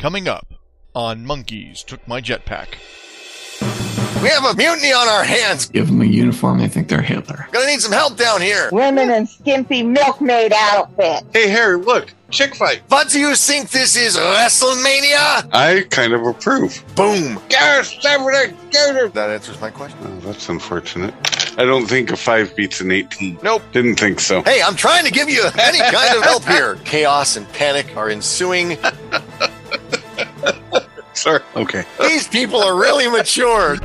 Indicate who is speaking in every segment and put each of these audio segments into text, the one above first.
Speaker 1: Coming up on Monkeys Took My Jetpack.
Speaker 2: We have a mutiny on our hands.
Speaker 3: Give them a uniform, they think they're Hitler.
Speaker 2: Gonna need some help down here.
Speaker 4: women in skimpy milkmaid outfits.
Speaker 5: Hey, Harry, look, chick fight.
Speaker 2: What do you think this is, WrestleMania?
Speaker 5: I kind of approve.
Speaker 2: Boom.
Speaker 5: Yes, Saturday, Gator.
Speaker 2: That answers my question.
Speaker 5: Oh, that's unfortunate. I don't think a five beats an 18.
Speaker 2: Nope.
Speaker 5: Didn't think so.
Speaker 2: Hey, I'm trying to give you any kind of help here. Chaos and panic are ensuing.
Speaker 5: Sorry. Okay.
Speaker 2: These people are really mature.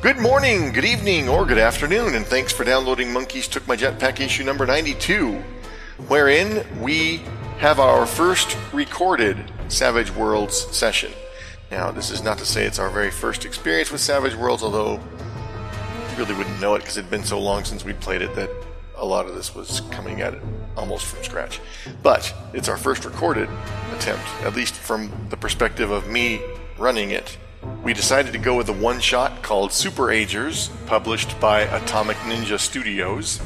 Speaker 2: Good morning, good evening, or good afternoon, and thanks for downloading Monkeys Took My Jetpack issue number 92, wherein we have our first recorded Savage Worlds session. Now, this is not to say it's our very first experience with Savage Worlds, although really wouldn't know it because it'd been so long since we played it that a lot of this was coming at it almost from scratch. But it's our first recorded attempt, at least from the perspective of me running it. We decided to go with a one shot called Super Agers, published by Atomic Ninja Studios.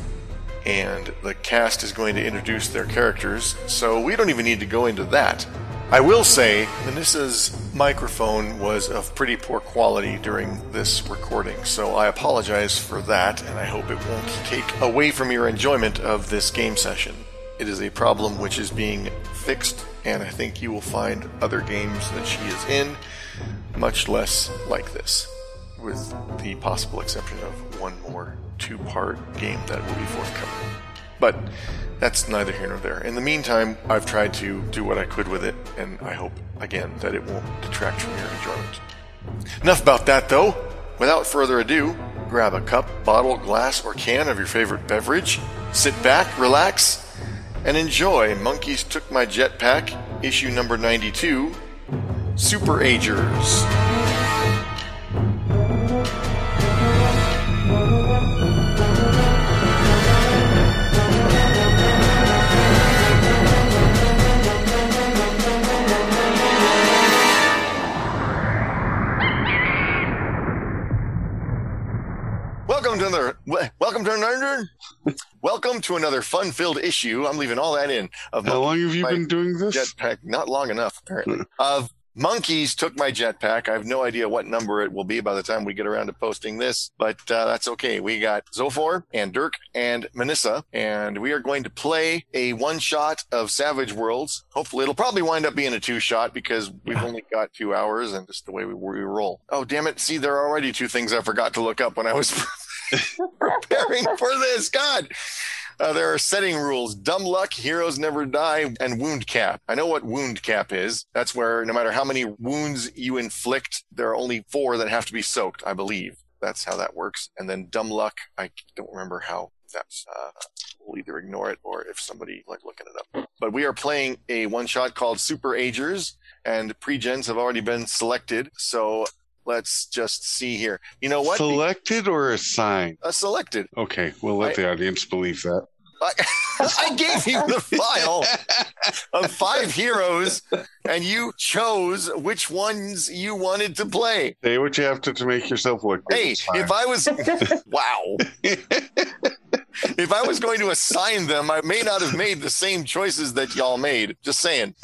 Speaker 2: And the cast is going to introduce their characters, so we don't even need to go into that. I will say, Manissa's microphone was of pretty poor quality during this recording, so I apologize for that, and I hope it won't take away from your enjoyment of this game session. It is a problem which is being fixed, and I think you will find other games that she is in much less like this, with the possible exception of one more two part game that will be forthcoming. But that's neither here nor there. In the meantime, I've tried to do what I could with it, and I hope, again, that it won't detract from your enjoyment. Enough about that, though. Without further ado, grab a cup, bottle, glass, or can of your favorite beverage, sit back, relax, and enjoy Monkeys Took My Jetpack, issue number 92 Super Agers. Welcome to another. we- Welcome to another. welcome to another fun-filled issue. I'm leaving all that in of
Speaker 5: How long have you
Speaker 2: Right.
Speaker 5: been doing this?
Speaker 2: jetpack. Not long enough, apparently. of monkeys took my jetpack. I have no idea what number it will be by the time we get around to posting this, but uh, that's okay. We got Zophor and Dirk and Manissa, and we are going to play a one shot of Savage Worlds. Hopefully, it'll probably wind up being a two shot because we've only got two hours, and just the way we, we roll. Oh, damn it! See, there are already two things I forgot to look up when I was preparing for this. God. Uh, there are setting rules. Dumb luck, heroes never die, and wound cap. I know what wound cap is. That's where no matter how many wounds you inflict, there are only four that have to be soaked, I believe. That's how that works. And then dumb luck, I don't remember how that's. Uh, we'll either ignore it or if somebody like looking it up. But we are playing a one shot called Super Agers, and pregens have already been selected. So let's just see here. You know what?
Speaker 5: Selected or assigned?
Speaker 2: uh, selected.
Speaker 5: Okay, we'll let
Speaker 2: I-
Speaker 5: the audience believe that.
Speaker 2: I, I gave you the file of five heroes, and you chose which ones you wanted to play.
Speaker 5: Say what you have to to make yourself look good.
Speaker 2: Hey,
Speaker 5: It's fine.
Speaker 2: if I was wow, if I was going to assign them, I may not have made the same choices that y'all made. Just saying.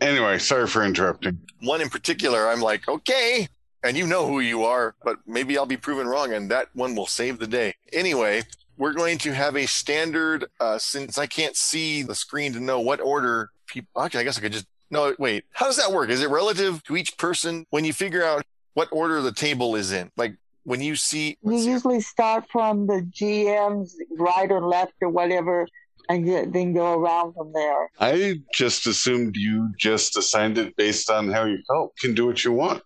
Speaker 5: anyway, sorry for interrupting.
Speaker 2: One in particular, I'm like, okay, and you know who you are, but maybe I'll be proven wrong, and that one will save the day. Anyway, we're going to have a standard uh, since I can't see the screen to know what order people. Actually, I guess I could just no. Wait, how does that work? Is it relative to each person when you figure out what order the table is in? Like when you see,
Speaker 4: You
Speaker 2: let's see.
Speaker 4: usually start from the GM's right or left or whatever, and get, then go around from there.
Speaker 5: I just assumed you just assigned it based on how you felt. You can do what you want.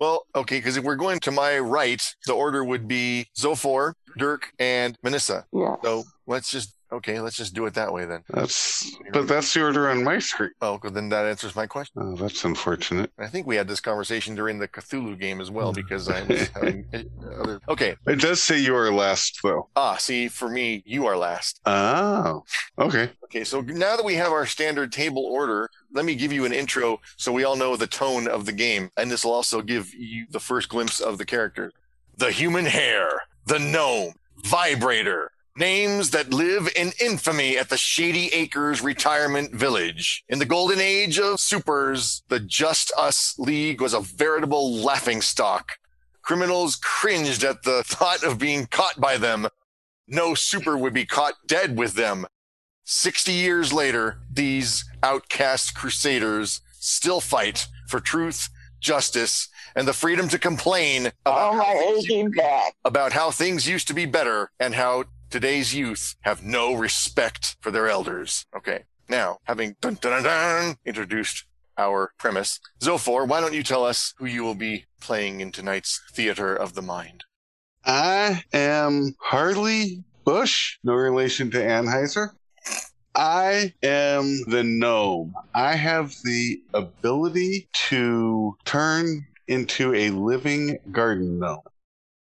Speaker 2: well, okay, because if we're going to my right, the order would be Zophor, Dirk, and Manissa.
Speaker 4: Yeah.
Speaker 2: So let's just okay, let's just do it that way then.
Speaker 5: That's but that's the order on my screen.
Speaker 2: Oh, well, then that answers my question.
Speaker 5: Oh, that's unfortunate.
Speaker 2: I think we had this conversation during the Cthulhu game as well because I was having other. Okay.
Speaker 5: It does say you are last though.
Speaker 2: Ah, see, for me, you are last.
Speaker 5: Oh. Okay.
Speaker 2: Okay, so now that we have our standard table order, let me give you an intro so we all know the tone of the game. And this will also give you the first glimpse of the characters. the human hair, the gnome, vibrator. Names that live in infamy at the Shady Acres Retirement Village. In the golden age of supers, the Just Us League was a veritable laughingstock. Criminals cringed at the thought of being caught by them. No super would be caught dead with them. 60 years later, these outcast crusaders still fight for truth, justice, and the freedom to complain about,
Speaker 4: Oh, my aching back.
Speaker 2: about how things used to be better and how today's youth have no respect for their elders. Okay. Now, having dun dun dun, dun introduced our premise, Zophor, why don't you tell us who you will be playing in tonight's Theater of the Mind?
Speaker 5: I am Harley Bush, no relation to Anheuser. I am the gnome. I have the ability to turn into a living garden gnome.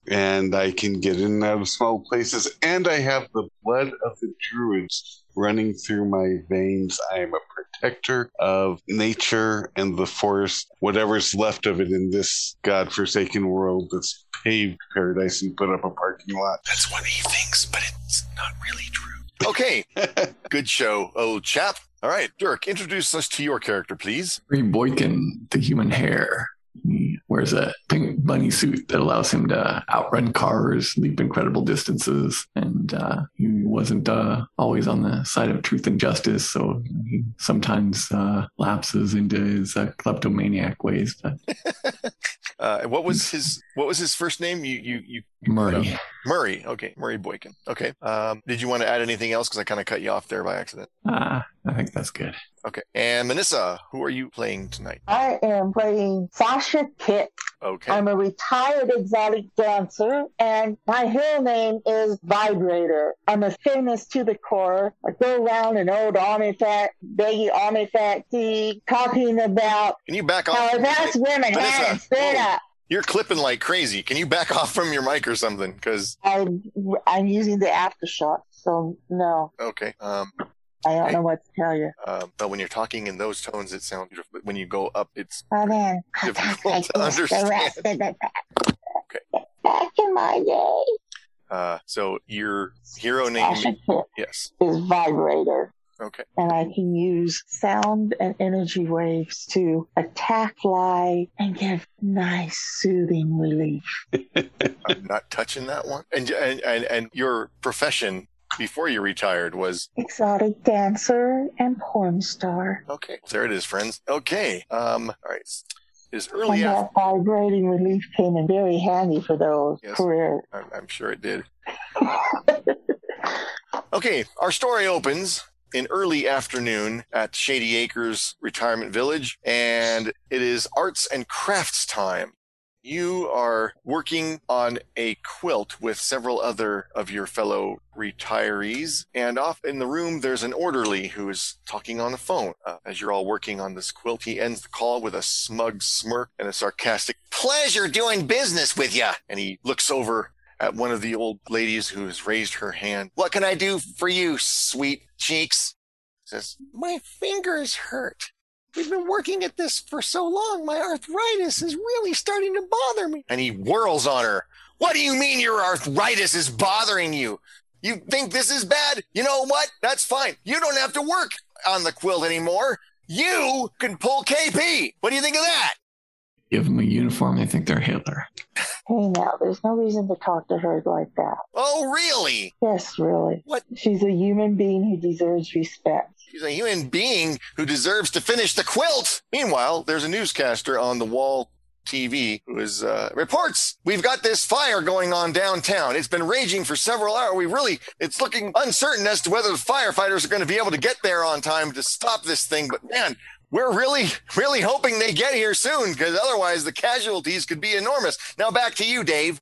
Speaker 5: And I can get in and out of small places, and I have the blood of the druids running through my veins. I am a protector of nature and the forest, whatever's left of it in this godforsaken world that's paved paradise and put up a parking lot.
Speaker 6: That's what he thinks, but it's not really true.
Speaker 2: Okay. Good show, old chap. All right, Dirk, introduce us to your character, please.
Speaker 3: Free Boykin, the human hair. He wears a pink bunny suit that allows him to outrun cars, leap incredible distances, and uh, he wasn't uh, always on the side of truth and justice, so he sometimes uh, lapses into his uh, kleptomaniac ways. But
Speaker 2: Uh, what was his What was his first name? You you you
Speaker 3: Murray,
Speaker 2: Murray. Okay, Murray Boykin. Okay. Um, did you want to add anything else? Because I kind of cut you off there by accident.
Speaker 3: Ah, I think that's good.
Speaker 2: Okay. And Manissa, who are you playing tonight?
Speaker 4: I am playing Sasha Kit.
Speaker 2: Okay.
Speaker 4: I'm a retired exotic dancer, and my hill name is Vibrator. I'm a famous to the core. I go around in old artifact, baggy artifact tea, talking about
Speaker 2: Can you back
Speaker 4: how
Speaker 2: off?
Speaker 4: I've asked women uh, how to
Speaker 2: Vanessa,
Speaker 4: fit
Speaker 2: whoa.
Speaker 4: up.
Speaker 2: You're clipping like crazy. Can you back off from your mic or something? Because
Speaker 4: I'm, I'm using the aftershock, so no,
Speaker 2: okay. Um,
Speaker 4: I don't know what to tell you.
Speaker 2: uh, but when you're talking in those tones, it sounds beautiful. But when you go up, it's
Speaker 4: Oh man, I talk
Speaker 2: difficult
Speaker 4: like
Speaker 2: to
Speaker 4: this
Speaker 2: understand.
Speaker 4: the rest of the Back in my day,
Speaker 2: Uh, so your hero name,
Speaker 4: Sasha Kit
Speaker 2: yes,
Speaker 4: is Vibrator.
Speaker 2: okay,
Speaker 4: and I can use sound and energy waves to attack lie and give nice soothing relief.
Speaker 2: I'm not touching that one. And and and, and your profession before you retired was
Speaker 4: Exotic dancer and porn star.
Speaker 2: okay. There it is, friends. Okay, um, all right. It is
Speaker 4: And
Speaker 2: early. Af-
Speaker 4: that vibrating relief came in very handy for those
Speaker 2: Yes.
Speaker 4: careers.
Speaker 2: I'm, I'm sure it did. Okay, our story opens in early afternoon at Shady Acres Retirement Village, and it is arts and crafts time. You are working on a quilt with several other of your fellow retirees, and off in the room there's an orderly who is talking on the phone. Uh, as you're all working on this quilt, he ends the call with a smug smirk and a sarcastic pleasure doing business with ya. And he looks over at one of the old ladies who has raised her hand. What can I do for you, sweet cheeks? Says, My fingers hurt. We've been working at this for so long, my arthritis is really starting to bother me. And he whirls on her. What do you mean your arthritis is bothering you? You think this is bad? You know what? That's fine. You don't have to work on the quilt anymore. You can pull KP. What do you think of that?
Speaker 3: Give him a uniform, they think they're Hitler.
Speaker 4: hey now, there's no reason to talk to her like that.
Speaker 2: Oh, really?
Speaker 4: Yes, really.
Speaker 2: What?
Speaker 4: She's a human being who deserves respect.
Speaker 2: She's a human being who deserves to finish the quilt. Meanwhile, there's a newscaster on the wall TV who is uh, reports we've got this fire going on downtown. It's been raging for several hours. We really it's looking uncertain as to whether the firefighters are going to be able to get there on time to stop this thing. But man, we're really really hoping they get here soon because otherwise the casualties could be enormous. Now back to you, Dave.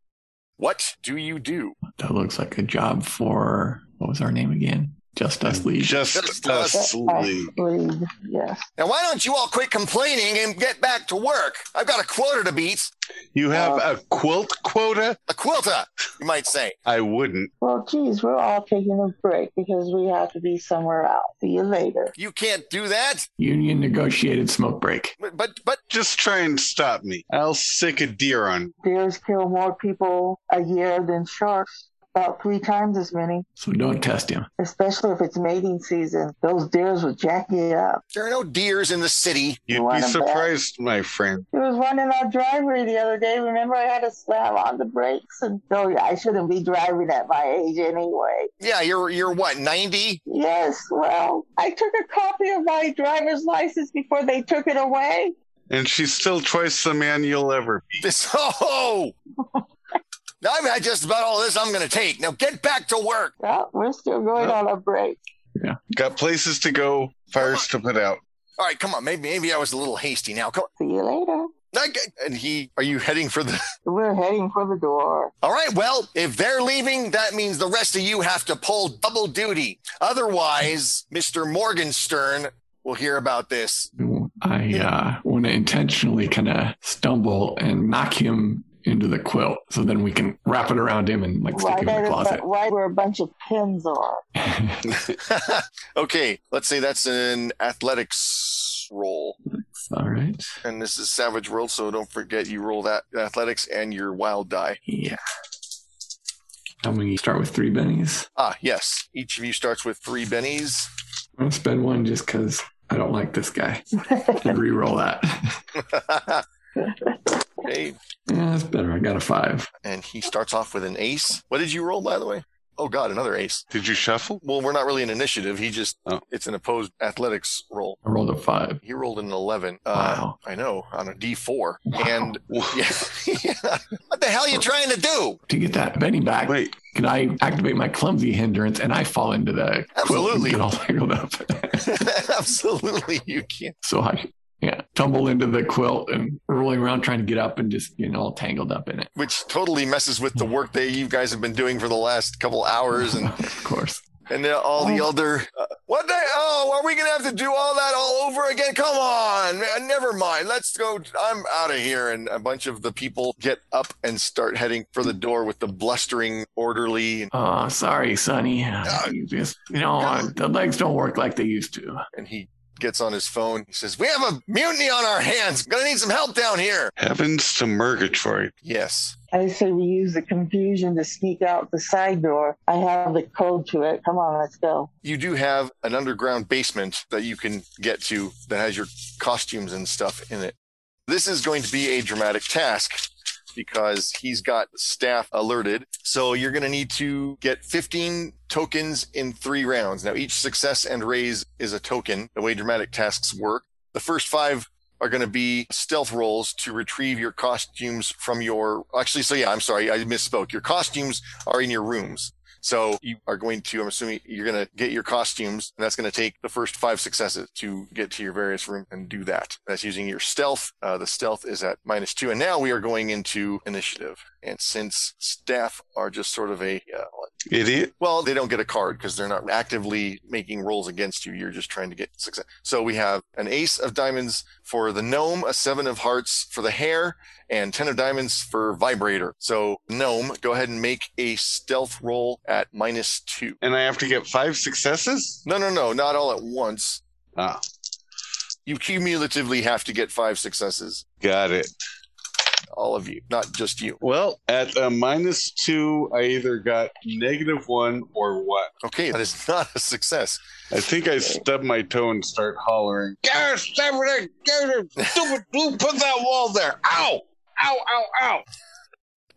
Speaker 2: What do you do?
Speaker 3: That looks like a job for what was our name again? Just us league.
Speaker 5: Just,
Speaker 7: Just
Speaker 5: us,
Speaker 4: us.
Speaker 5: Lee.
Speaker 4: League, yes.
Speaker 7: Now, why don't you all quit complaining and get back to work? I've got a quota to beat.
Speaker 5: You have a quilt quota?
Speaker 7: A quilta, you might say.
Speaker 5: I wouldn't.
Speaker 4: Well, geez, we're all taking a break because we have to be somewhere else. See you later.
Speaker 7: You can't do that.
Speaker 3: Union negotiated smoke break.
Speaker 7: But, but, but
Speaker 5: Just try and stop me. I'll sick a deer on.
Speaker 4: Deers kill more people a year than sharks, about three times as many,
Speaker 3: So don't test him.
Speaker 4: especially if it's mating season. Those deers will jack you up.
Speaker 7: there are no deers in the city.
Speaker 5: You'd be
Speaker 4: wanna bet?
Speaker 5: surprised, my friend.
Speaker 4: There was one in our driveway the other day. Remember, I had to slam on the brakes, and oh, yeah, I shouldn't be driving at my age anyway.
Speaker 7: Yeah, you're, you're what, 90?
Speaker 4: Yes, well, I took a copy of my driver's license before they took it away.
Speaker 5: And she's still twice the man you'll ever be.
Speaker 7: This, oh! I'm mean, just about all this I'm going to take. Now get back to work.
Speaker 4: Well, we're still going
Speaker 3: Oh.
Speaker 4: on a break.
Speaker 5: Got places to go, fires to put out.
Speaker 7: All right, come on. Maybe maybe I was a little hasty now. Come
Speaker 4: See you later.
Speaker 7: on. Okay. And he, are you heading for the.
Speaker 4: We're heading for the door.
Speaker 7: All right, well, if they're leaving, that means the rest of you have to pull double duty. Otherwise, Mr. Morgenstern will hear about this.
Speaker 3: I uh, want to intentionally kind of stumble and knock him into the quilt so then we can wrap it around him and like stick
Speaker 4: Right,
Speaker 3: him in
Speaker 4: at
Speaker 3: the
Speaker 4: a,
Speaker 3: closet.
Speaker 4: bu- right where a bunch of pins are.
Speaker 2: Okay, let's say that's an athletics roll.
Speaker 3: All right.
Speaker 2: And this is Savage World, so don't forget you roll that athletics and your wild die.
Speaker 3: Yeah. I'm going to start with three bennies.
Speaker 2: Ah, yes. Each of you starts with three bennies.
Speaker 3: I'm going to spend one just because I don't like this guy. and re-roll that.
Speaker 2: Okay.
Speaker 3: yeah, that's better. I got a five.
Speaker 2: And he starts off with an ace. What did you roll, by the way? Oh, God, another ace.
Speaker 5: Did you shuffle?
Speaker 2: Well, we're not really an initiative. He just,
Speaker 5: Oh.
Speaker 2: it's an opposed athletics roll.
Speaker 3: I rolled a five.
Speaker 2: He rolled an 11. Uh,
Speaker 3: Wow.
Speaker 2: I know, on a D4. And
Speaker 5: Whoa.
Speaker 2: yeah, yeah.
Speaker 7: What the hell are you trying to do?
Speaker 3: To get that Benny back,
Speaker 5: Wait,
Speaker 3: can I activate my clumsy hindrance and I fall into the quilt and
Speaker 2: Absolutely.
Speaker 3: get all tangled up?
Speaker 2: absolutely. You can't.
Speaker 3: so I, yeah, tumble into the quilt and rolling around trying to get up and just getting all tangled up in it.
Speaker 2: Which totally messes with the work that you guys have been doing for the last couple hours and
Speaker 3: of course.
Speaker 2: and then all the other uh, what the oh are we gonna have to do all that all over again come on man, never mind let's go i'm out of here and a bunch of the people get up and start heading for the door with the blustering orderly and,
Speaker 3: Oh, sorry, Sonny. You just, you know, uh, the legs don't work like they used to.
Speaker 2: and he gets on his phone he says we have a mutiny on our hands gonna need some help down here
Speaker 5: heavens to Murgatroyd.
Speaker 2: yes
Speaker 4: I say we use the confusion to sneak out the side door. I have the code to it. Come on, let's go.
Speaker 2: you do have an underground basement that you can get to that has your costumes and stuff in it. This is going to be a dramatic task because he's got staff alerted. So you're going to need to get 15 tokens in three rounds. Now, each success and raise is a token, the way dramatic tasks work. The first five are going to be stealth rolls to retrieve your costumes from your. Actually, so yeah, I'm sorry, I misspoke. Your costumes are in your rooms. So you are going to, I'm assuming you're going to get your costumes and that's going to take the first five successes to get to your various room and do that. That's using your stealth. Uh, the stealth is at minus two. And now we are going into initiative. And since staff are just sort of a, uh,
Speaker 5: Idiot.
Speaker 2: well, they don't get a card because they're not actively making rolls against you. You're just trying to get success. So we have an ace of diamonds for the gnome, a seven of hearts for the hair, and ten of diamonds for vibrator. So gnome, go ahead and make a stealth roll at minus two.
Speaker 5: And I have to get five successes?
Speaker 2: No, no, no, not all at once.
Speaker 5: Ah,
Speaker 2: You cumulatively have to get five successes.
Speaker 5: got it.
Speaker 2: All of you, not just you.
Speaker 5: Well, at a minus two, I either got negative one or what?
Speaker 2: Okay, that is not a success.
Speaker 5: I think I stub my toe and start hollering. Gosh, Saturday, Gator, stupid blue, put that wall there. Ow! Ow, ow, ow!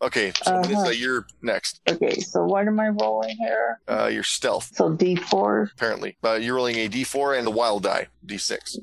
Speaker 2: Okay, so
Speaker 4: Uh-huh.
Speaker 2: Melissa, you're next.
Speaker 4: Okay, so what am I rolling here?
Speaker 2: Uh, your stealth,
Speaker 4: So D4.
Speaker 2: apparently. Uh, you're rolling a d4 and the wild die, d6.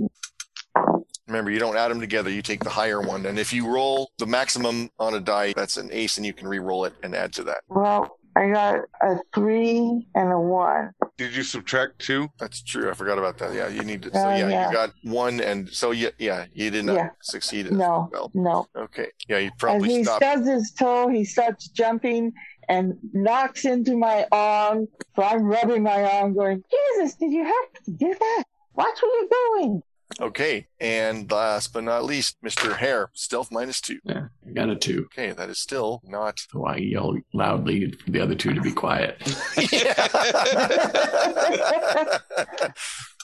Speaker 2: Remember, you don't add them together. You take the higher one. And if you roll the maximum on a die, that's an ace, and you can re roll it and add to that.
Speaker 4: Well, I got a three and a one.
Speaker 5: Did you subtract two?
Speaker 2: That's true. I forgot about that. Yeah, you need to. So,
Speaker 4: Uh,
Speaker 2: yeah,
Speaker 4: yeah.
Speaker 2: you got one, and so, yeah, yeah you did not
Speaker 4: Yeah.
Speaker 2: succeed. as
Speaker 4: No,
Speaker 2: Well,
Speaker 4: no.
Speaker 2: okay. Yeah, you
Speaker 4: As
Speaker 2: probably
Speaker 4: he
Speaker 2: stopped.
Speaker 4: stubs his toe, he starts jumping and knocks into my arm. So I'm rubbing my arm going, Jesus, did you have to do that? Watch where you're going.
Speaker 2: Okay. And last but not least, Mr. Hare, stealth minus two.
Speaker 3: Yeah, I got a two.
Speaker 2: Okay, that is still not.
Speaker 3: So I yell loudly for the other two to be quiet.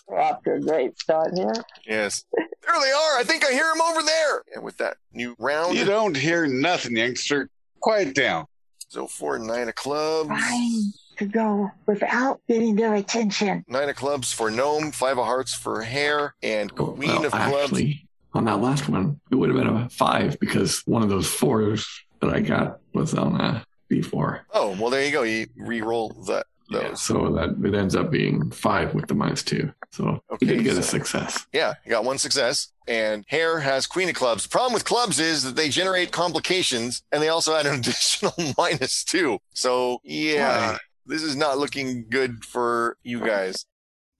Speaker 4: We're off to a great start here.
Speaker 2: yes. There they are. I think I hear them over there. And with that new round,
Speaker 5: You don't hear nothing, youngster. Quiet down.
Speaker 2: so four, nine of clubs.
Speaker 4: Trying to go without getting their attention.
Speaker 2: Nine of clubs for gnome, five of hearts for hare, and
Speaker 3: Oh,
Speaker 2: queen
Speaker 3: well,
Speaker 2: of clubs.
Speaker 3: actually, on that last one, it would have been a five because one of those fours that I got was on a D4.
Speaker 2: Oh, well, there you go. You re-roll the, those.
Speaker 3: Yeah, so that it ends up being five with the minus two. So we
Speaker 2: Okay,
Speaker 3: did get
Speaker 2: so-
Speaker 3: a success.
Speaker 2: Yeah, you got one success. And Hare has Queen of Clubs. Problem with clubs is that they generate complications and they also add an additional minus two. So, yeah,
Speaker 5: Why?
Speaker 2: this is not looking good for you guys.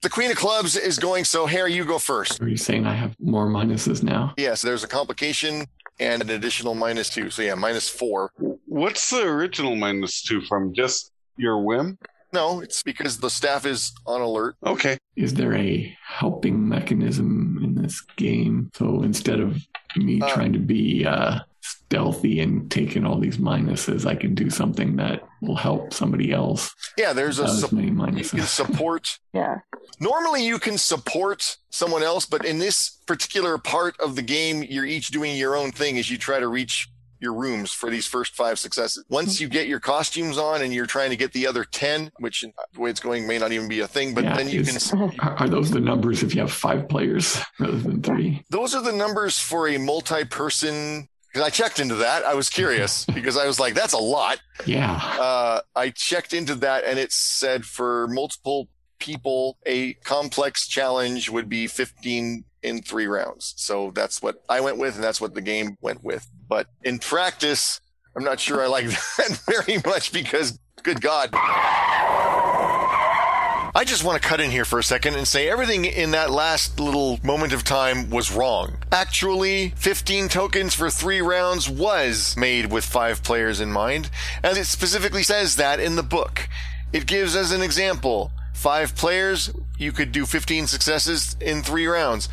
Speaker 2: The Queen of Clubs is going, so Hare, you go first.
Speaker 3: Are you saying I have more minuses now?
Speaker 2: Yeah, so there's a complication and an additional minus two. So, yeah, minus four.
Speaker 5: What's the original minus two from? Just your whim?
Speaker 2: No, it's because the staff is on alert.
Speaker 5: Okay.
Speaker 3: Is there a helping mechanism in this game? So instead of me
Speaker 2: Uh,
Speaker 3: trying to be uh, stealthy and taking all these minuses, I can do something that will help somebody else.
Speaker 2: Yeah, there's a
Speaker 3: without as
Speaker 2: su-
Speaker 3: many
Speaker 2: you can
Speaker 3: minuses.
Speaker 2: support
Speaker 4: Yeah.
Speaker 2: normally you can support someone else, but in this particular part of the game, you're each doing your own thing as you try to reach your rooms for these first five successes. Once you get your costumes on and you're trying to get the other 10, which uh, the way it's going may not even be a thing, but
Speaker 3: Yeah,
Speaker 2: then you can.
Speaker 3: it's- Are, are those the numbers if you have five players rather than three?
Speaker 2: Those are the numbers for a multi person. Because I checked into that. I was curious because I was like, that's a lot.
Speaker 3: Yeah.
Speaker 2: uh, I checked into that and it said for multiple people, a complex challenge would be 15 in three rounds. So that's what I went with and that's what the game went with. But in practice, I'm not sure I like that very much because good God. I just want to cut in here for a second and say everything in that last little moment of time was wrong. Actually, 15 tokens for three rounds was made with five players in mind, and it specifically says that in the book. It gives as an example five players, you could do 15 successes in three rounds.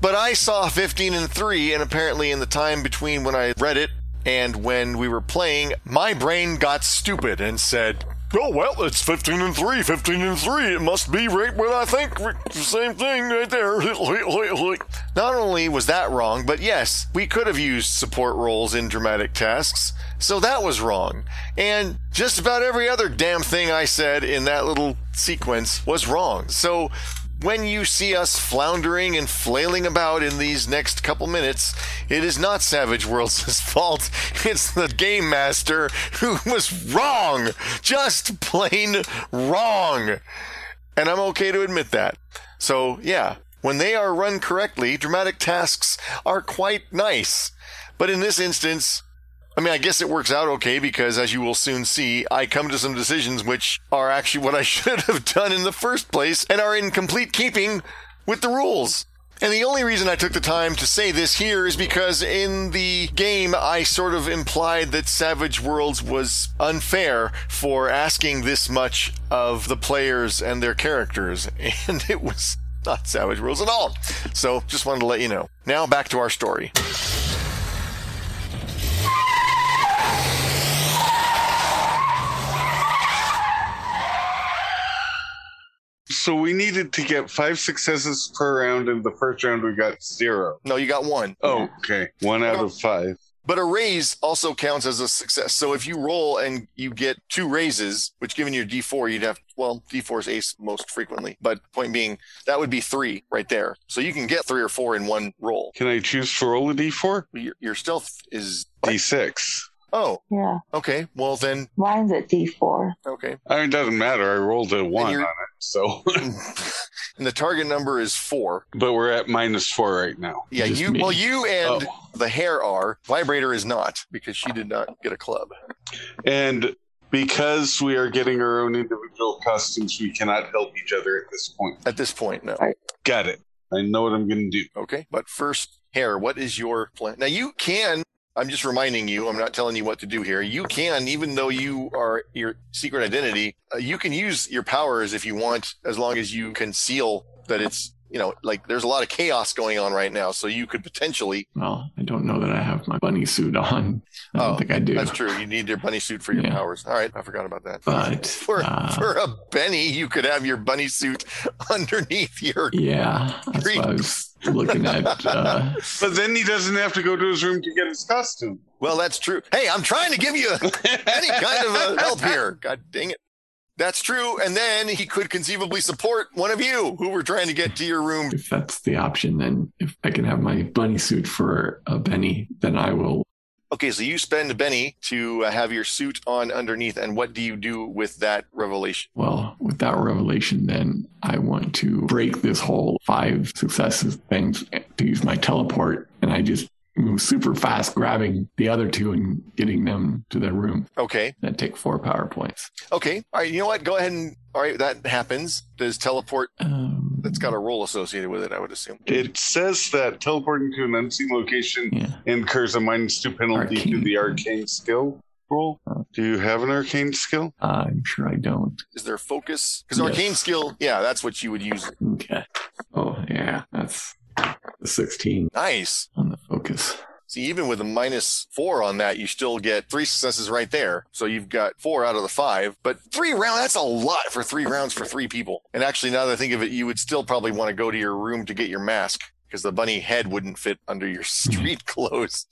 Speaker 2: But I saw 15 and 3, and apparently in the time between when I read it and when we were playing, my brain got stupid and said, Oh, well, it's 15 and 3, 15 and 3. It must be right what I think. It's the same thing right there. Not only was that wrong, but yes, we could have used support roles in dramatic tasks. So that was wrong. And just about every other damn thing I said in that little sequence was wrong. So when you see us floundering and flailing about in these next couple minutes, it is not Savage Worlds' fault. It's the game master who was wrong. Just plain wrong. And I'm okay to admit that. So, yeah, when they are run correctly, dramatic tasks are quite nice. But in this instance, I mean, I guess it works out okay because, as you will soon see, I come to some decisions which are actually what I should have done in the first place and are in complete keeping with the rules. And the only reason I took the time to say this here is because in the game, I sort of implied that Savage Worlds was unfair for asking this much of the players and their characters, and it was not Savage Worlds at all. So, just wanted to let you know. Now, back to our story.
Speaker 5: So we needed to get five successes per round, and the first round we got zero.
Speaker 2: No, you got one.
Speaker 5: Oh, okay. One out of five.
Speaker 2: But a raise also counts as a success. So if you roll and you get two raises, which given your D4, you'd have, well, D4 is ace most frequently. But point being, that would be three right there. So you can get three or four in one roll.
Speaker 5: Can I choose to roll a d4?
Speaker 2: Your, your stealth is.
Speaker 5: d6.
Speaker 2: Oh,
Speaker 4: Yeah.
Speaker 2: okay. Well, then,
Speaker 4: Mine's at D4.
Speaker 2: okay.
Speaker 5: I mean, doesn't matter. I rolled a one on
Speaker 2: you're-
Speaker 5: it, so.
Speaker 2: and the target number is four.
Speaker 5: but we're at minus four right now.
Speaker 2: Yeah,
Speaker 3: Just
Speaker 2: you,
Speaker 3: me.
Speaker 2: well, you and
Speaker 5: Oh.
Speaker 2: the hair are. Vibrator is not because she did not get a club.
Speaker 5: And because we are getting our own individual costumes, we cannot help each other at this point.
Speaker 2: At this point, no.
Speaker 5: Got it. I know what I'm going to do.
Speaker 2: Okay. But first, hair, what is your plan? Now you can. I'm just reminding you. I'm not telling you what to do here. You can, even though you are your secret identity, uh, you can use your powers if you want, as long as you conceal that it's, you know, like there's a lot of chaos going on right now. So you could potentially.
Speaker 3: Well, I don't know that I have my bunny suit on. I
Speaker 2: Oh,
Speaker 3: don't think I do.
Speaker 2: That's true. You need your bunny suit for your
Speaker 3: Yeah.
Speaker 2: powers. All right, I forgot about that.
Speaker 3: But
Speaker 2: For
Speaker 3: uh,
Speaker 2: for a Benny, you could have your bunny suit underneath your.
Speaker 3: yeah, that's what I was looking at. Uh,
Speaker 5: But then he doesn't have to go to his room to get his costume.
Speaker 2: Well, that's true. Hey, I'm trying to give you any kind of uh help here. God dang it. That's true. And then he could conceivably support one of you who were trying to get to your room.
Speaker 3: if that's the option, then if I can have my bunny suit for a Benny, then I will.
Speaker 2: Okay, so you spend Benny to uh, have your suit on underneath. And what do you do with that revelation?
Speaker 3: Well, with that revelation, then I want to break this whole five successes thing to use my teleport, and I just move super fast, grabbing the other two and getting them to their room.
Speaker 2: Okay.
Speaker 3: That take four power points.
Speaker 2: Okay. All right. You know what? Go ahead and. All right. That happens. Does teleport.
Speaker 3: Um,
Speaker 2: That's got a roll associated with it, I would assume.
Speaker 5: It says that teleporting to an unseen location
Speaker 3: yeah.
Speaker 5: incurs a minus two penalty to
Speaker 3: Arcane.
Speaker 5: the arcane skill roll. Do you have an arcane skill?
Speaker 3: I'm sure I don't.
Speaker 2: Is there focus? Because
Speaker 3: Yes.
Speaker 2: arcane skill. Yeah, that's what you would use.
Speaker 3: Okay. Oh yeah, that's the 16
Speaker 2: Nice.
Speaker 3: on the focus.
Speaker 2: See, even with a minus four on that, you still get three successes right there. So you've got four out of the five, but three rounds, that's a lot for three rounds for three people. And actually, now that I think of it, you would still probably want to go to your room to get your mask because the bunny head wouldn't fit under your street clothes.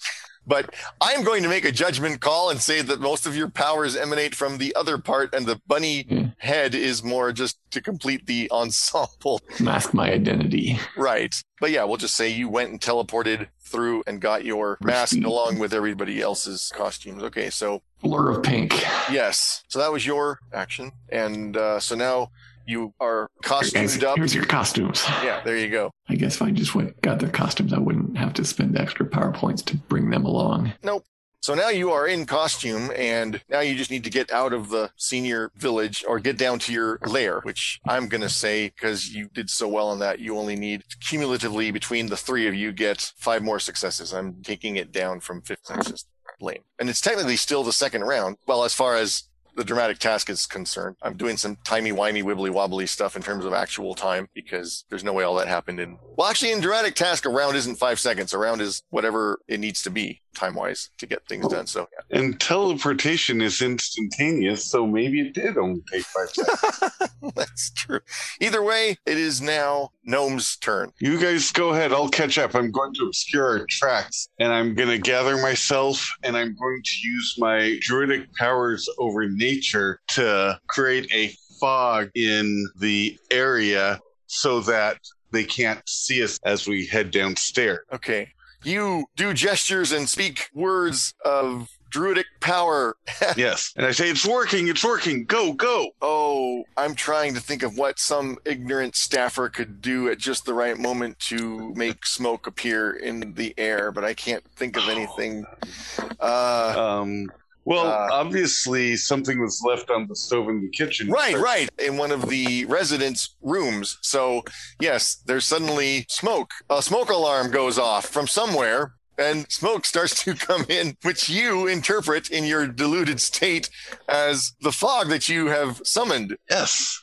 Speaker 2: But I'm going to make a judgment call and say that most of your powers emanate from the other part and the bunny
Speaker 3: Yeah.
Speaker 2: head is more just to complete the ensemble.
Speaker 3: Mask my identity.
Speaker 2: Right. But yeah, we'll just say you went and teleported through and got your mask
Speaker 3: Receipt.
Speaker 2: along with everybody else's costumes. Okay, so
Speaker 3: Blur of pink.
Speaker 2: yes. So that was your action. And uh, so now you are
Speaker 3: Guys,
Speaker 2: costumed up.
Speaker 3: here's your costumes.
Speaker 2: Yeah, there you go.
Speaker 3: I guess if I just went got their costumes, I wouldn't have to spend extra power points to bring them along.
Speaker 2: So now you are in costume, and now you just need to get out of the senior village or get down to your lair, which I'm going to say, because you did so well on that, you only need cumulatively between the three of you get five more successes. I'm taking it down from fifth. That's just lame. And it's technically still the second round. Well, as far as the dramatic task is concerned, I'm doing some timey-wimey, wibbly-wobbly stuff in terms of actual time because there's no way all that happened in. Well, actually, in dramatic task, a round isn't five seconds. A round is whatever it needs to be time-wise to get things done. So, yeah.
Speaker 5: And teleportation is instantaneous, so maybe it did only take five seconds.
Speaker 2: that's true. Either way, it is now Gnome's turn.
Speaker 5: you guys go ahead. I'll catch up. I'm going to obscure our tracks, and I'm going to gather myself, and I'm going to use my druidic powers over nature to create a fog in the area so that they can't see us as we head downstairs.
Speaker 2: Okay. You do gestures and speak words of druidic power
Speaker 5: yes. And I say, it's working, it's working, go, go.
Speaker 2: oh, I'm trying to think of what some ignorant staffer could do at just the right moment to make smoke appear in the air, but I can't think of anything. Uh,
Speaker 5: Um, well,
Speaker 2: Uh,
Speaker 5: obviously, something was left on the stove in the kitchen.
Speaker 2: right, right. In one of the residents' rooms. So, yes, there's suddenly smoke. A smoke alarm goes off from somewhere. And smoke starts to come in, which you interpret in your deluded state as the fog that you have summoned.
Speaker 5: Yes.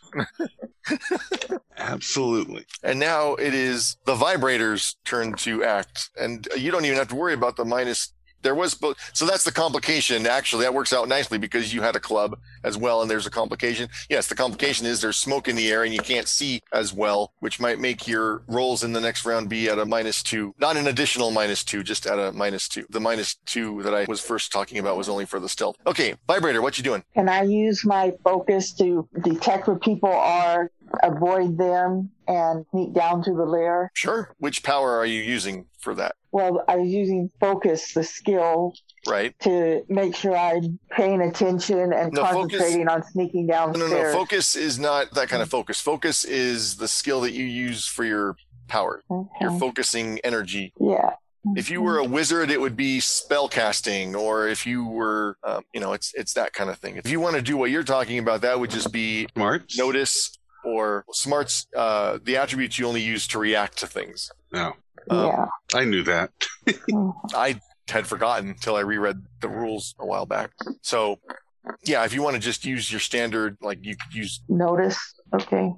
Speaker 5: Absolutely.
Speaker 2: And now it is the vibrator's turn to act. And you don't even have to worry about the minus. There was, bo- so that's the complication. Actually, that works out nicely because you had a club as well, and there's a complication. Yes, the complication is there's smoke in the air and you can't see as well, which might make your rolls in the next round be at a minus two, not an additional minus two, just at a minus two. The minus two that I was first talking about was only for the stealth. Okay, vibrator, what you doing?
Speaker 4: Can I use my focus to detect where people are, avoid them, and sneak down to the lair?
Speaker 2: Sure. Which power are you using for that?
Speaker 4: Well, I was using focus, the skill,
Speaker 2: Right.
Speaker 4: to make sure I'm paying attention and
Speaker 2: No, focus-
Speaker 4: concentrating on sneaking
Speaker 2: No,
Speaker 4: downstairs.
Speaker 2: no, no. Focus is not that kind of focus. Focus is the skill that you use for your power.
Speaker 4: Okay.
Speaker 2: You're focusing energy.
Speaker 4: yeah.
Speaker 2: If you were a wizard, it would be spell casting, or if you were, um, you know, it's it's that kind of thing. If you want to do what you're talking about, that would just be
Speaker 5: March?
Speaker 2: notice or smarts. Uh, the attributes you only use to react to things.
Speaker 5: No.
Speaker 2: Um,
Speaker 4: yeah.
Speaker 5: I knew that.
Speaker 2: I had forgotten until I reread the rules a while back. So, yeah, if you want to just use your standard, like you could use
Speaker 4: Notice. Okay.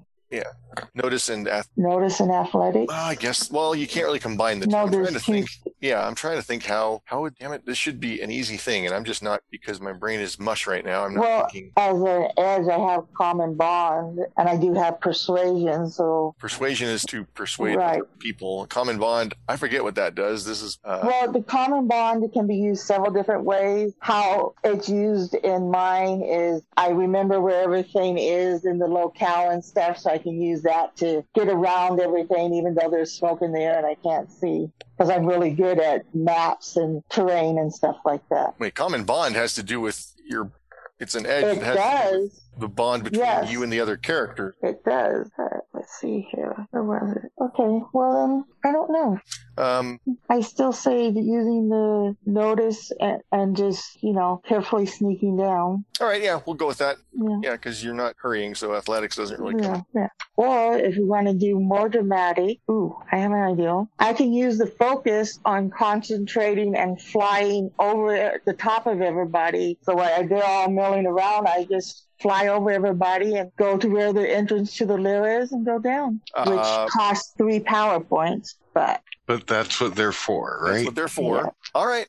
Speaker 2: notice and ath-
Speaker 4: Notice and athletics.
Speaker 2: well, I guess. Well, you can't really combine the two.
Speaker 4: No,
Speaker 2: I'm trying to
Speaker 4: there's two.
Speaker 2: think. Yeah, I'm trying to think how. How would damn it? This should be an easy thing, and I'm just not because my brain is mush right now. I'm not
Speaker 4: Well,
Speaker 2: thinking
Speaker 4: As an edge, I have common bond, and I do have persuasion. So,
Speaker 2: persuasion is to persuade
Speaker 4: Right.
Speaker 2: people. Common bond. I forget what that does. This is. Uh,
Speaker 4: well, the common bond can be used several different ways. How it's used in mine is I remember where everything is in the locale and stuff, so I can use that to get around everything, even though there's smoke in the air and I can't see. Because I'm really good at maps and terrain and stuff like that.
Speaker 2: wait, common bond has to do with your. It's an edge.
Speaker 4: It
Speaker 2: that has to do with
Speaker 4: does.
Speaker 2: the bond between
Speaker 4: Yes.
Speaker 2: you and the other character.
Speaker 4: It does. All right, let's see here. Where was it? Okay, well then, I don't know.
Speaker 2: Um,
Speaker 4: I still say that using the notice and, and just, you know, carefully sneaking down.
Speaker 2: all right, yeah, we'll go with that.
Speaker 4: Yeah.
Speaker 2: Yeah, because you're not hurrying, so athletics doesn't really come.
Speaker 4: Yeah, yeah. uh, Or if you want to do more dramatic, ooh, I have an idea. I can use the focus on concentrating and flying over the top of everybody. So while they're all milling around, I just fly over everybody and go to where the entrance to the lair is and go down,
Speaker 2: Uh,
Speaker 4: which costs three power points. But
Speaker 5: But that's what they're for,
Speaker 2: That's
Speaker 5: right?
Speaker 2: what they're for. All right,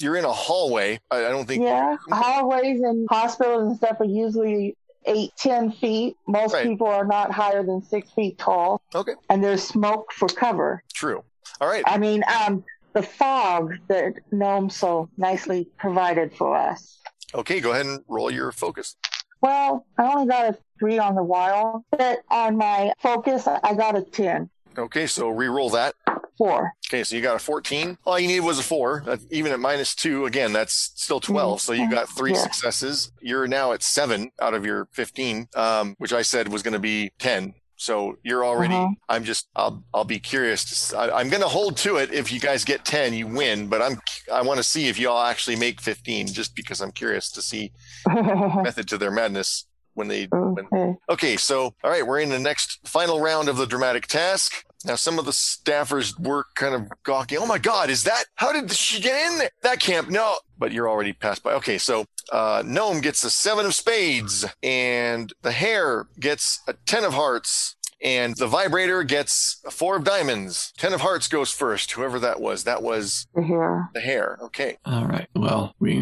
Speaker 2: you're in a hallway. I, I don't think.
Speaker 4: Yeah, hallways and hospitals and stuff are usually eight, ten feet. Most
Speaker 2: Right.
Speaker 4: people are not higher than six feet tall.
Speaker 2: Okay.
Speaker 4: And there's smoke for cover.
Speaker 2: True. All right.
Speaker 4: I mean, um, the fog that Gnome so nicely provided for us.
Speaker 2: Okay, go ahead and roll your focus.
Speaker 4: Well, I only got a three on the wild, but on my focus, I got a ten.
Speaker 2: Okay, so re-roll that.
Speaker 4: Four.
Speaker 2: Okay, so you got a 14. All you needed was a four. That, even at minus two, again, that's still 12. So you got three
Speaker 4: Mm-hmm. Yeah.
Speaker 2: successes. You're now at seven out of your 15, um, which I said was going to be 10. So you're already.
Speaker 4: Uh-huh.
Speaker 2: I'm just. I'll. I'll be curious. To, s- I, am going to hold to it. If you guys get 10, you win. But I'm. I want to see if y'all actually make 15, just because I'm curious to see method to their madness when they when
Speaker 4: okay.
Speaker 2: Okay, so all right, we're in the next final round of the dramatic task. Now, some of the staffers were kind of gawking. Oh my God, is that? How did she get in there? That camp? No, but you're already passed by. Okay, so uh, gnome gets a seven of spades, and the hare gets a ten of hearts, and the vibrator gets a four of diamonds. Ten of hearts goes first. Whoever that was, that was
Speaker 4: Here.
Speaker 2: the hare. Okay,
Speaker 3: All right. Well, we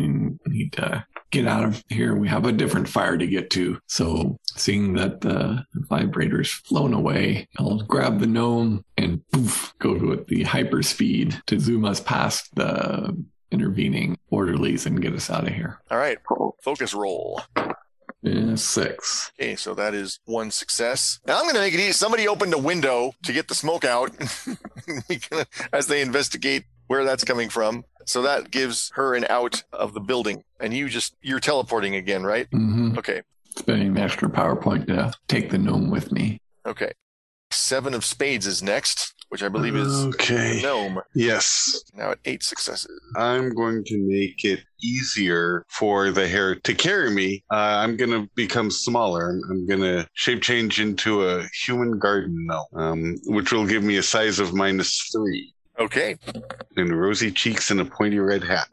Speaker 3: need to get out of here. We have a different fire to get to. So, seeing that the vibrator's flown away, I'll grab the gnome and poof, go with the hyper speed to zoom us past the intervening orderlies and get us out of here.
Speaker 2: all right.
Speaker 4: Cool.
Speaker 2: Focus roll.
Speaker 3: Eh, six.
Speaker 2: Okay, so that is one success. Now I'm going to make it easy. Somebody opened a window to get the smoke out as they investigate where that's coming from. So that gives her an out of the building. And you just, you're teleporting again, right?
Speaker 3: Mm-hmm.
Speaker 2: Okay,
Speaker 3: Spending an extra PowerPoint to take the gnome with me.
Speaker 2: okay. Seven of spades is next, which I believe is
Speaker 5: Okay.
Speaker 2: gnome.
Speaker 5: Yes.
Speaker 2: Now at eight successes.
Speaker 5: I'm going to make it easier for the hair to carry me. Uh, I'm going to become smaller. I'm, I'm going to shape change into a human garden gnome, um, which will give me a size of minus three
Speaker 2: Okay,
Speaker 5: and rosy cheeks and a pointy red hat.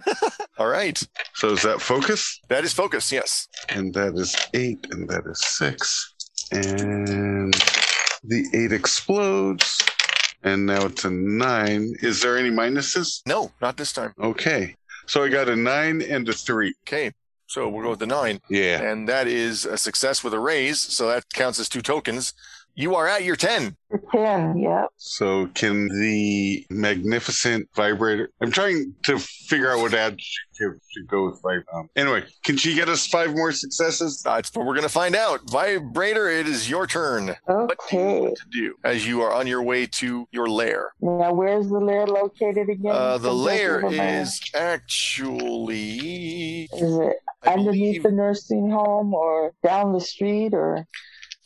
Speaker 2: all right.
Speaker 5: So is that focus?
Speaker 2: That is focus, yes.
Speaker 5: And that is eight, and that is six. And the eight explodes. And now it's a nine. Is there any minuses?
Speaker 2: No, not this time.
Speaker 5: Okay. So I got a nine and a three.
Speaker 2: Okay, so we'll go with the nine.
Speaker 5: Yeah.
Speaker 2: And that is a success with a raise. So that counts as two tokens. You are at your 10.
Speaker 4: The ten. Yep.
Speaker 5: So can the magnificent vibrator? I'm trying to figure out what adjective to go with vibrator. Um, anyway, can she get us five more successes?
Speaker 2: That's what we're going to find out. Vibrator, it is your turn. What do you
Speaker 4: Okay.
Speaker 2: want to do as you are on your way to your lair?
Speaker 4: Now, where's the lair located again?
Speaker 2: Uh, the lair
Speaker 4: Somewhere.
Speaker 2: is actually.
Speaker 4: Is it
Speaker 2: I,
Speaker 4: underneath
Speaker 2: believe,
Speaker 4: the nursing home or down the street or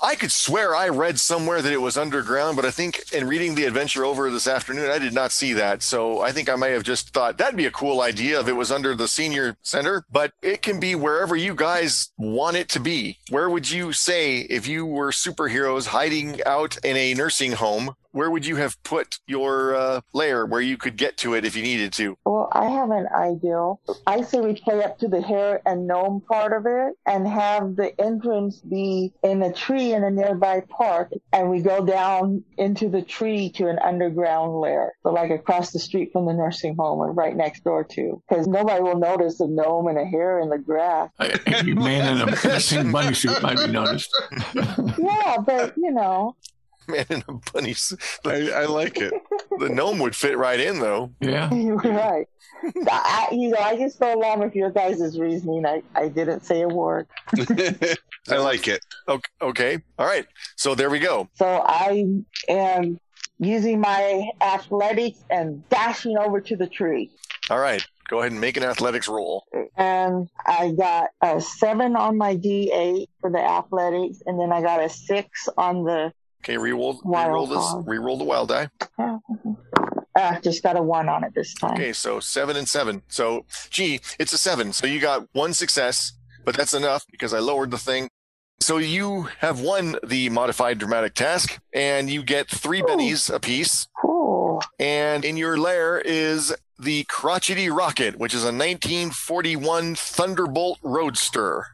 Speaker 2: I could swear I read somewhere that it was underground, but I think in reading the adventure over this afternoon, I did not see that. So I think I may have just thought that'd be a cool idea if it was under the senior center, but it can be wherever you guys want it to be. Where would you say if you were superheroes hiding out in a nursing home? where would you have put your uh, lair where you could get to it if you needed to?
Speaker 4: Well, I have an ideal. I say we play up to the hare and gnome part of it and have the entrance be in a tree in a nearby park and we go down into the tree to an underground lair. So like across the street from the nursing home or right next door to. Because nobody will notice a gnome and a hare in the grass.
Speaker 3: A a man in a matching bunny suit might be noticed.
Speaker 4: Yeah, but you know,
Speaker 2: Man in a bunny suit.
Speaker 5: I, I like it.
Speaker 2: The gnome would fit right in though.
Speaker 3: Yeah.
Speaker 4: you're right. I, I- you know, I just go along with your guys' reasoning. I, I didn't say a word.
Speaker 5: I like it.
Speaker 2: Okay. okay. All right. So there we go.
Speaker 4: So I am using my athletics and dashing over to the tree.
Speaker 2: All right. Go ahead and make an athletics roll.
Speaker 4: And I got a seven on my D8 for the athletics, and then I got a six on the.
Speaker 2: Okay. Reroll. Reroll
Speaker 4: Wild
Speaker 2: this.
Speaker 4: card.
Speaker 2: Reroll the wild die.
Speaker 4: Uh, just got a one on it this time.
Speaker 2: Okay, so seven and seven. So, gee, it's a seven. So you got one success, but that's enough because I lowered the thing. So you have won the modified dramatic task, and you get three bennies apiece.
Speaker 4: Cool.
Speaker 2: And in your lair is the crotchety rocket, which is a 1941 Thunderbolt Roadster.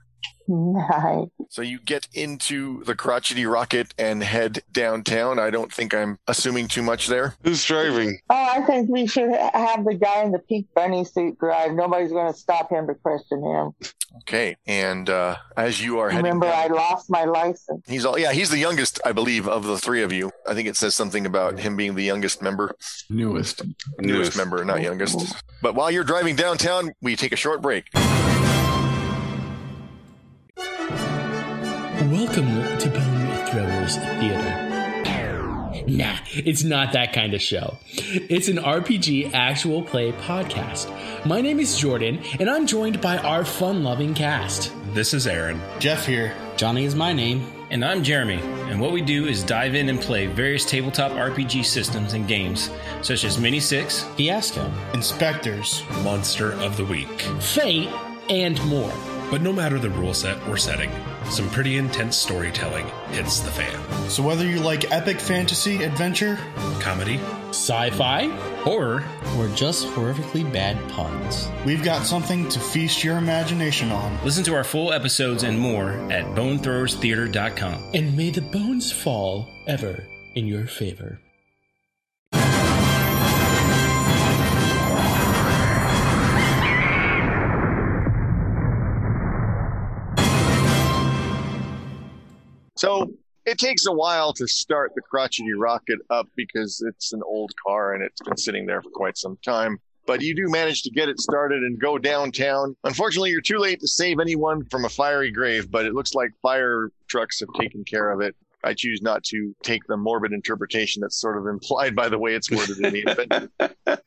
Speaker 4: Nice.
Speaker 2: So you get into the crotchety rocket and head downtown. I don't think I'm assuming too much there.
Speaker 5: Who's driving?
Speaker 4: Oh, I think we should ha- have the guy in the pink bunny suit drive. Nobody's going to stop him to question him.
Speaker 2: Okay, and uh, as you are heading
Speaker 4: Remember,
Speaker 2: down-
Speaker 4: I lost my license.
Speaker 2: He's all yeah. He's the youngest, I believe, of the three of you. I think it says something about him being the youngest member,
Speaker 3: Newest.
Speaker 2: newest member, not youngest. But while you're driving downtown, we take a short break.
Speaker 8: Welcome to Bone Throwers Theater. Nah, it's not that kind of show. It's an RPG actual play podcast. My name is Jordan, and I'm joined by our fun loving cast.
Speaker 9: This is Aaron.
Speaker 10: Jeff here.
Speaker 8: Johnny is my name.
Speaker 10: And I'm Jeremy, and what we do is dive in and play various tabletop RPG systems and games, such as Mini Six,
Speaker 8: Fiasco,
Speaker 10: Inspectors,
Speaker 9: Monster of the Week.
Speaker 8: Fate, and more.
Speaker 9: But no matter the rule set or setting, some pretty intense storytelling hits the fan.
Speaker 10: So whether you like epic fantasy, adventure,
Speaker 9: Comedy,
Speaker 8: Sci fi,
Speaker 9: horror,
Speaker 8: or just horrifically bad puns.
Speaker 10: we've got something to feast your imagination on. Listen to our full episodes and more at bonethrowerstheater.com.
Speaker 8: And may the bones fall ever in your favor.
Speaker 2: So it takes a while to start the crotchety rocket up because it's an old car and it's been sitting there for quite some time. But you do manage to get it started and go downtown. Unfortunately, you're too late to save anyone from a fiery grave, but it looks like fire trucks have taken care of it. I choose not to take the morbid interpretation that's sort of implied by the way it's worded in the event.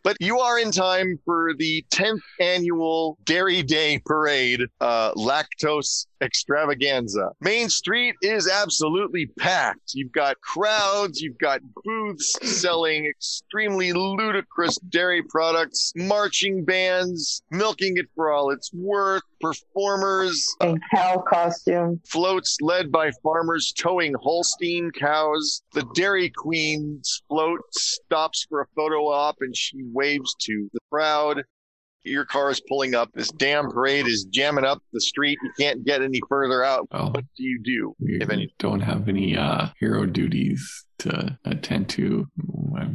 Speaker 2: But you are in time for the 10th annual Dairy Day Parade, uh, lactose extravaganza. Main Street is absolutely packed. You've got crowds, you've got booths selling extremely ludicrous dairy products, marching bands, milking it for all it's worth, performers,
Speaker 4: In cow costume.
Speaker 2: floats led by farmers towing Holstein cows. The Dairy Queen's float stops for a photo op and she waves to the crowd. Your car is pulling up. This damn parade is jamming up the street. You can't get any further out.
Speaker 3: Oh,
Speaker 2: What do you do?
Speaker 3: we
Speaker 2: If any-
Speaker 3: don't have any uh, hero duties to attend to.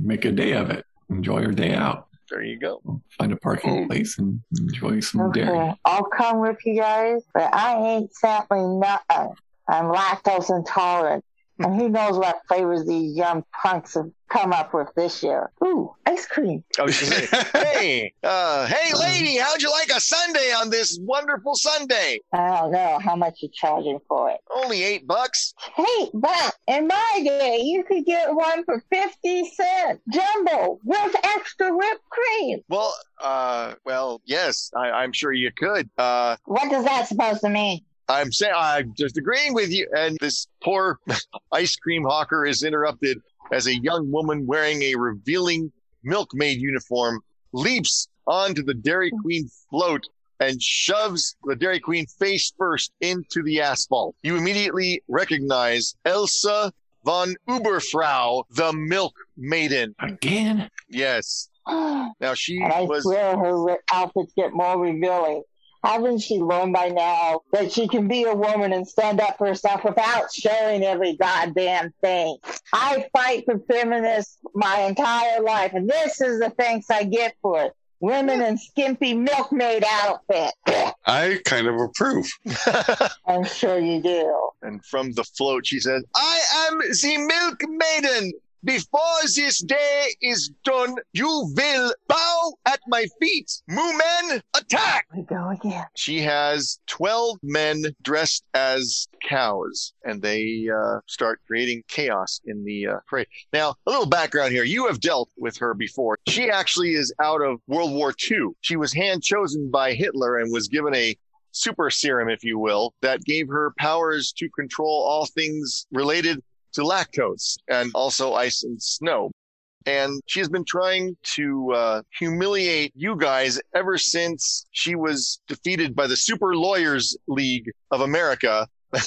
Speaker 3: Make a day of it. Enjoy your day out.
Speaker 2: There you go.
Speaker 3: Find a
Speaker 2: Oh.
Speaker 3: parking place and enjoy some
Speaker 4: Okay.
Speaker 3: dairy.
Speaker 4: I'll come with you guys, but I ain't sampling nothing. I'm lactose intolerant. And who knows what flavors these young punks have come up with this year. Ooh, ice cream.
Speaker 5: Oh,
Speaker 2: I was just saying, hey, uh, hey, lady, how'd you like a Sunday on this wonderful Sunday?
Speaker 4: I don't know how much you're charging for it.
Speaker 2: Only eight bucks.
Speaker 4: Hey, but in my day, you could get one for 50 cents. Jumbo with extra whipped cream.
Speaker 2: Well, uh, well, yes, I, I'm sure you could. Uh,
Speaker 4: What is that supposed to mean?
Speaker 2: I'm saying I'm just agreeing with you. And this poor ice cream hawker is interrupted as a young woman wearing a revealing milkmaid uniform leaps onto the Dairy Queen float and shoves the Dairy Queen face first into the asphalt. You immediately recognize Elsa von Uberfrau, the Milk Maiden.
Speaker 3: Again?
Speaker 2: Yes. Now she
Speaker 4: And I
Speaker 2: was.
Speaker 4: swear her re- outfits get more revealing. Hasn't she learned by now that she can be a woman and stand up for herself without showing every goddamn thing? I fight for feminists my entire life, and this is the thanks I get for it. Women in skimpy milkmaid outfit.
Speaker 5: I kind of approve.
Speaker 4: I'm sure you do.
Speaker 2: And from the float, she says,
Speaker 7: I am the milk maiden. Before this day is done, you will bow at my feet. Moo men, attack!
Speaker 4: We go again.
Speaker 2: She has 12 men dressed as cows, and they uh, start creating chaos in the uh, parade. Now, a little background here. You have dealt with her before. She actually is out of World War II. She was hand chosen by Hitler and was given a super serum, if you will, that gave her powers to control all things related to lactose and also ice and snow and she has been trying to uh, humiliate you guys ever since she was defeated by the Super Lawyers League of America.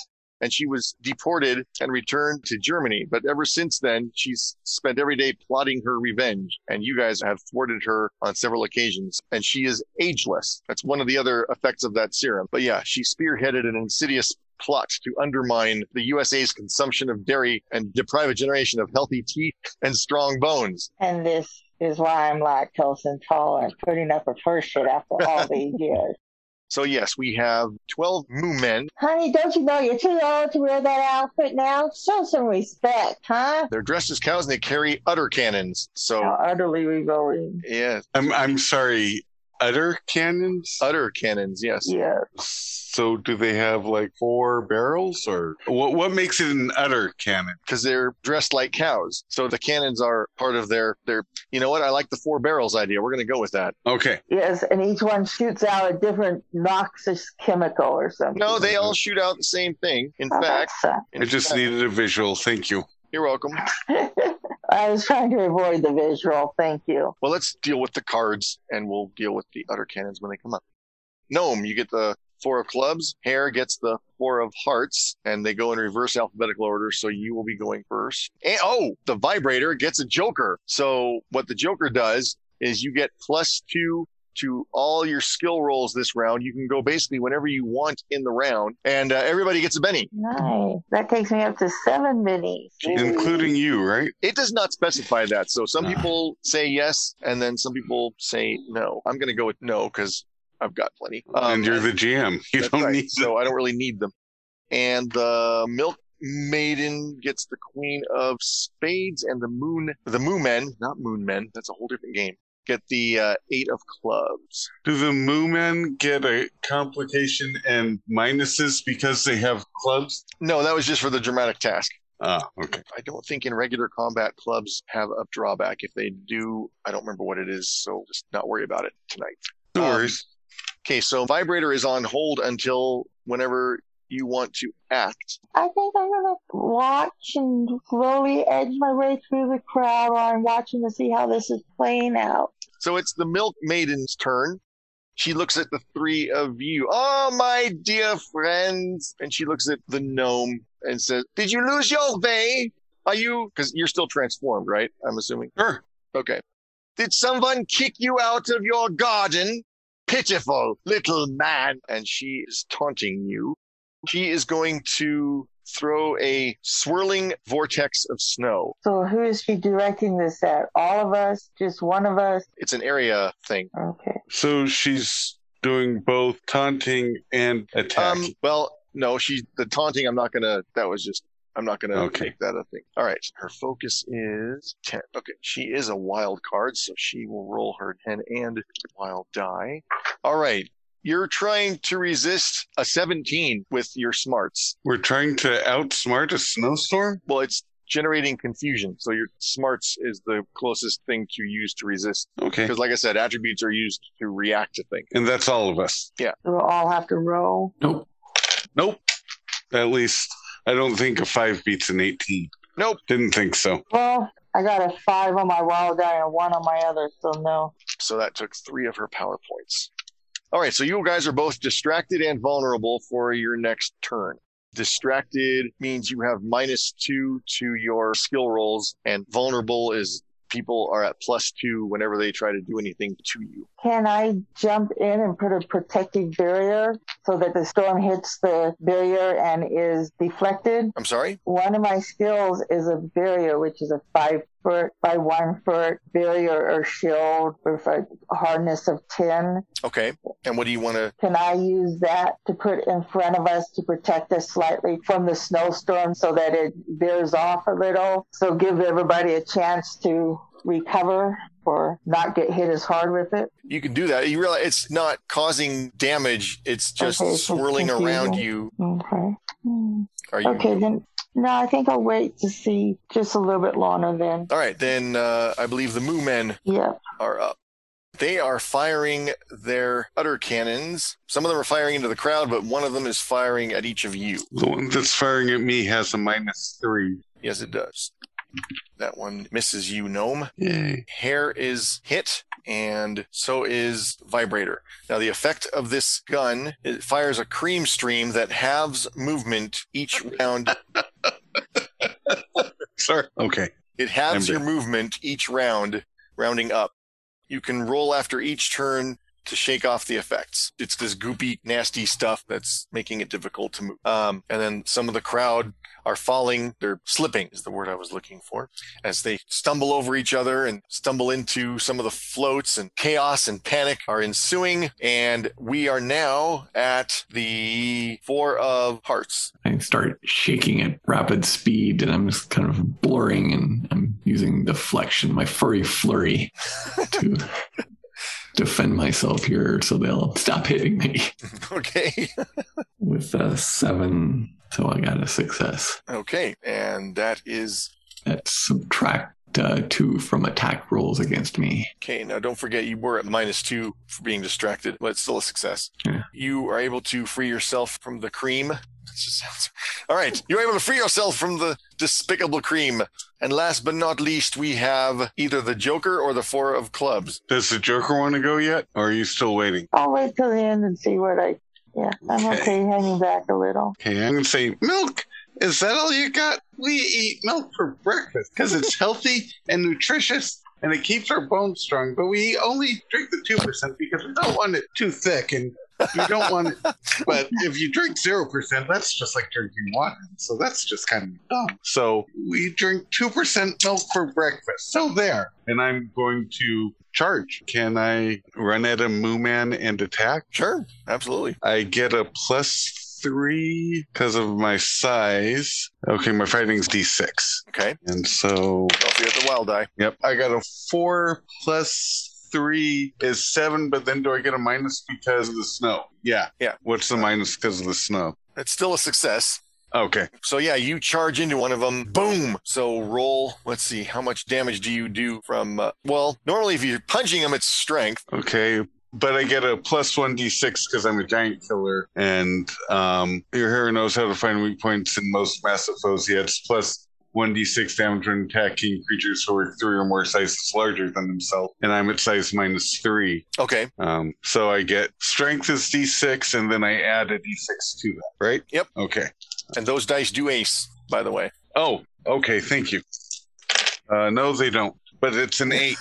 Speaker 2: And she was deported and returned to Germany. But ever since then, she's spent every day plotting her revenge. And you guys have thwarted her on several occasions. And she is ageless. That's one of the other effects of that serum. But yeah, she spearheaded an insidious plot to undermine the USA's consumption of dairy and deprive a generation of healthy teeth and strong bones.
Speaker 4: And this is why I'm lactose intolerant, putting up with her shit after all these years.
Speaker 2: So yes, we have 12 moo men.
Speaker 4: Honey, don't you know you're too old to wear that outfit now? Show some respect, huh?
Speaker 2: They're dressed as cows and they carry utter cannons. So
Speaker 4: How utterly revealing.
Speaker 2: yeah,
Speaker 5: I'm I'm sorry. Utter cannons.
Speaker 2: utter cannons. Yes.
Speaker 4: Yeah.
Speaker 5: So do they have like four barrels, or what? What makes it an utter cannon?
Speaker 2: Because they're dressed like cows, so the cannons are part of their their. You know what? I like the four barrels idea. We're gonna go with that.
Speaker 5: Okay,
Speaker 4: Yes, and each one shoots out a different noxious chemical or something.
Speaker 2: No, they all shoot out the same thing. In
Speaker 4: Oh,
Speaker 2: fact,
Speaker 4: that
Speaker 2: in
Speaker 5: I just
Speaker 2: fact-
Speaker 5: needed a visual. Thank you.
Speaker 2: You're welcome.
Speaker 4: sucks. I was trying to avoid the visual. Thank you.
Speaker 2: Well, let's deal with the cards, and we'll deal with the utter cannons when they come up. Gnome, you get the four of clubs. Hare gets the four of hearts, and they go in reverse alphabetical order. So you will be going first. And oh, the vibrator gets a joker. So what the joker does is you get plus two to all your skill rolls this round. You can go basically whenever you want in the round, and uh, everybody gets a Benny.
Speaker 4: Nice. That takes me up to seven minis.
Speaker 5: Including you, right?
Speaker 2: It does not specify that. So some
Speaker 10: Ah.
Speaker 2: people say yes, and then some people say no. I'm going to go with no because I've got plenty. Um,
Speaker 5: and you're the GM. You
Speaker 2: that's
Speaker 5: don't
Speaker 2: right.
Speaker 5: need
Speaker 2: So I don't really need them. And the milk maiden gets the queen of spades, and the moon, the moon men, not moon men. That's a whole different game. Get the uh, eight of clubs.
Speaker 5: Do the Moo Men get a complication and minuses because they have clubs?
Speaker 2: No, that was just for the dramatic task.
Speaker 5: Ah, okay.
Speaker 2: I don't think in regular combat clubs have a drawback. If they do, I don't remember what it is, so just not worry about it tonight.
Speaker 5: No
Speaker 2: Um,
Speaker 5: worries.
Speaker 2: Okay, so vibrator is on hold until whenever you want to act.
Speaker 4: I think I'm gonna watch and slowly edge my way through the crowd while I'm watching to see how this is playing out.
Speaker 2: So it's the milk maiden's turn. She looks at the three of you. Oh, my dear friends. And she looks at the gnome and says, Did you lose your way? Are you, because you're still transformed, right? I'm assuming.
Speaker 5: Sure.
Speaker 2: Okay. Did someone kick you out of your garden? Pitiful little man. And she is taunting you. She is going to throw a swirling vortex of snow.
Speaker 4: So who is she directing this at? All of us? Just one of us?
Speaker 2: It's an area thing.
Speaker 4: Okay.
Speaker 5: So she's doing both taunting and attack.
Speaker 2: Um, well, no, she the taunting. I'm not gonna. That was just. I'm not gonna
Speaker 5: Okay.
Speaker 2: make that a thing. All right. Her focus is ten. Okay, she is a wild card, so she will roll her ten and wild die. All right. You're trying to resist a 17 with your smarts.
Speaker 5: We're trying to outsmart a snowstorm?
Speaker 2: Well, it's generating confusion, so your smarts is the closest thing to use to resist.
Speaker 5: Okay.
Speaker 2: Because, like I said, attributes are used to react to things.
Speaker 5: And that's all of us.
Speaker 4: So We'll all have to roll.
Speaker 3: Nope.
Speaker 5: Nope. At least I don't think a five beats an 18.
Speaker 2: Nope.
Speaker 5: Didn't think so.
Speaker 4: Well, I got a five on my wild die and a one on my other, so no.
Speaker 2: So that took three of her power points. All right, so you guys are both distracted and vulnerable for your next turn. Distracted means you have minus two to your skill rolls, and vulnerable is people are at plus two whenever they try to do anything to you.
Speaker 4: Can I jump in and put a protective barrier so that the storm hits the barrier and is deflected?
Speaker 2: I'm sorry?
Speaker 4: One of my skills is a barrier, which is a five foot by one foot barrier or shield with a hardness of 10.
Speaker 2: Okay. And what do you want to?
Speaker 4: Can I use that to put in front of us to protect us slightly from the snowstorm so that it veers off a little? So give everybody a chance to recover or not get hit as hard with it.
Speaker 2: You can do that. You realize it's not causing damage. It's just
Speaker 4: Okay, it's just
Speaker 2: swirling around you.
Speaker 4: confusing. Okay. Hmm.
Speaker 2: Are you?
Speaker 4: Okay, then. No, I think I'll wait to see just a little bit longer then.
Speaker 2: All right. Then uh, I believe the Moo Men
Speaker 4: Yeah.
Speaker 2: are up. They are firing their utter cannons. Some of them are firing into the crowd, but one of them is firing at each of you.
Speaker 5: The one that's firing at me has a minus three.
Speaker 2: Yes, it does. That one misses you, Gnome.
Speaker 5: Yay.
Speaker 2: Hair is hit, and so is Vibrator. Now, the effect of this gun, it fires a cream stream that halves movement each round.
Speaker 5: Sorry. Okay.
Speaker 2: It halves
Speaker 5: I'm
Speaker 2: your
Speaker 5: dead.
Speaker 2: movement each round, rounding up. You can roll after each turn to shake off the effects. It's this goopy, nasty stuff that's making it difficult to move. Um, and then some of the crowd are falling. They're slipping is the word I was looking for as they stumble over each other and stumble into some of the floats and chaos and panic are ensuing. And we are now at the four of hearts.
Speaker 3: I start shaking at rapid speed and I'm just kind of blurring and I'm using deflection, my furry flurry to defend myself here so they'll stop hitting me
Speaker 2: okay.
Speaker 3: with a seven. So I got a success.
Speaker 2: Okay. And that is
Speaker 3: That subtract uh, two from attack rolls against me.
Speaker 2: Okay, now don't forget you were at minus two for being distracted, but it's still a success.
Speaker 3: Yeah.
Speaker 2: You are able to free yourself from the cream. That just sounds- All right, you're able to free yourself from the despicable cream. And last but not least, we have either the Joker or the Four of Clubs.
Speaker 5: Does the Joker want to go yet, or are you still waiting?
Speaker 4: I'll wait till the end and see what I. Yeah, I'm
Speaker 5: Okay.
Speaker 4: okay, hanging back a little.
Speaker 5: Okay, I'm gonna say milk. Is that all you got? We eat milk for breakfast because it's healthy and nutritious, and it keeps our bones strong. But we only drink the two percent because we don't want it too thick, and we don't want it. But if you drink zero percent, that's just like drinking water. So that's just kind of dumb. So we drink two percent milk for breakfast. So there. And I'm going to charge. Can I run at a Moo Man and attack?
Speaker 2: Sure, absolutely.
Speaker 5: I get a plus three because of my size. Okay, my fighting's d6.
Speaker 2: Okay,
Speaker 5: And so,
Speaker 2: don't forget the wild die.
Speaker 5: yep, I got a four plus three is seven, but then do I get a minus because of the snow? Yeah.
Speaker 2: Yeah.
Speaker 5: What's the minus because of the snow?
Speaker 2: It's still a success.
Speaker 5: Okay.
Speaker 2: So yeah, you charge into one of them. Boom. So roll. Let's see how much damage do you do from. Uh, well, normally if you're punching them, it's strength.
Speaker 5: Okay. But I get a plus one d6 because I'm a giant killer, and um, your hero knows how to find weak points in most massive foes. He adds plus one d6 damage when attacking creatures who are three or more sizes larger than himself, and I'm at size minus three.
Speaker 2: Okay.
Speaker 5: Um, so I get strength is d6, and then I add a d6 to that, right?
Speaker 2: Yep.
Speaker 5: Okay.
Speaker 2: And those dice do ace, by the way.
Speaker 5: Oh, okay. Thank you. Uh, no, they don't. But it's an eight.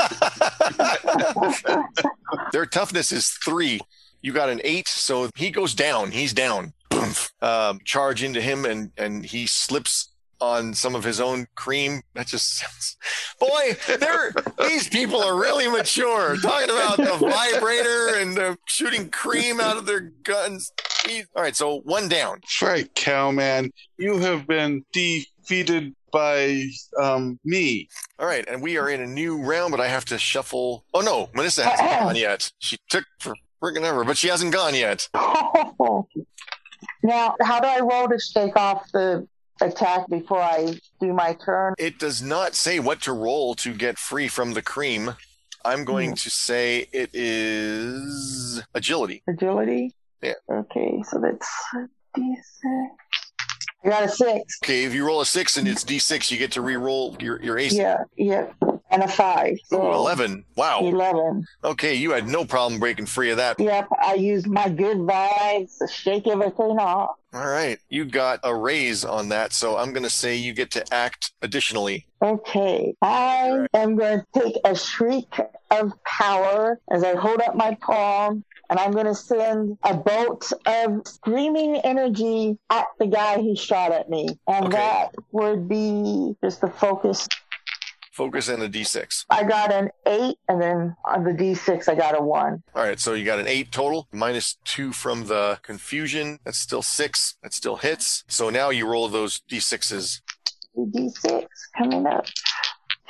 Speaker 2: Their toughness is three. You got an eight, so he goes down. He's down. Boomf. Um, charge into him, and and he slips on some of his own cream. That just sounds. Boy, they're these people are really mature. Talking about the vibrator and the shooting cream out of their guns. He- All right, so one down.
Speaker 5: That's right, cowman. You have been defeated by um, me.
Speaker 2: All right, and we are in a new round, but I have to shuffle. Oh no, Melissa hasn't gone yet. She took for freaking ever, but she hasn't gone yet.
Speaker 4: now, how do I roll to shake off the attack before I do my turn?
Speaker 2: It does not say what to roll to get free from the cream. I'm going to say it is agility.
Speaker 4: Agility?
Speaker 2: Yeah.
Speaker 4: Okay, so that's decent. I got a six.
Speaker 2: Okay, if you roll a six and it's d6, you get to re-roll your, your ace.
Speaker 4: Yeah, yeah. and a five.
Speaker 2: Ooh, Oh.
Speaker 4: So
Speaker 2: 11. Wow.
Speaker 4: 11.
Speaker 2: Okay, you had no problem breaking free of that.
Speaker 4: Yep, I used my good vibes to shake everything off.
Speaker 2: All right. You got a raise on that, so I'm going to say you get to act additionally.
Speaker 4: Okay, I am going to take a shriek of power as I hold up my palm, and I'm going to send a bolt of screaming energy at the guy who shot at me. And that would be just the focus.
Speaker 2: Focus and a d6.
Speaker 4: I got an eight, and then on the d6, I got a one.
Speaker 2: All right, so you got an eight total, minus two from the confusion. That's still six. That still hits. So now you roll those d6s.
Speaker 4: The d6 coming up.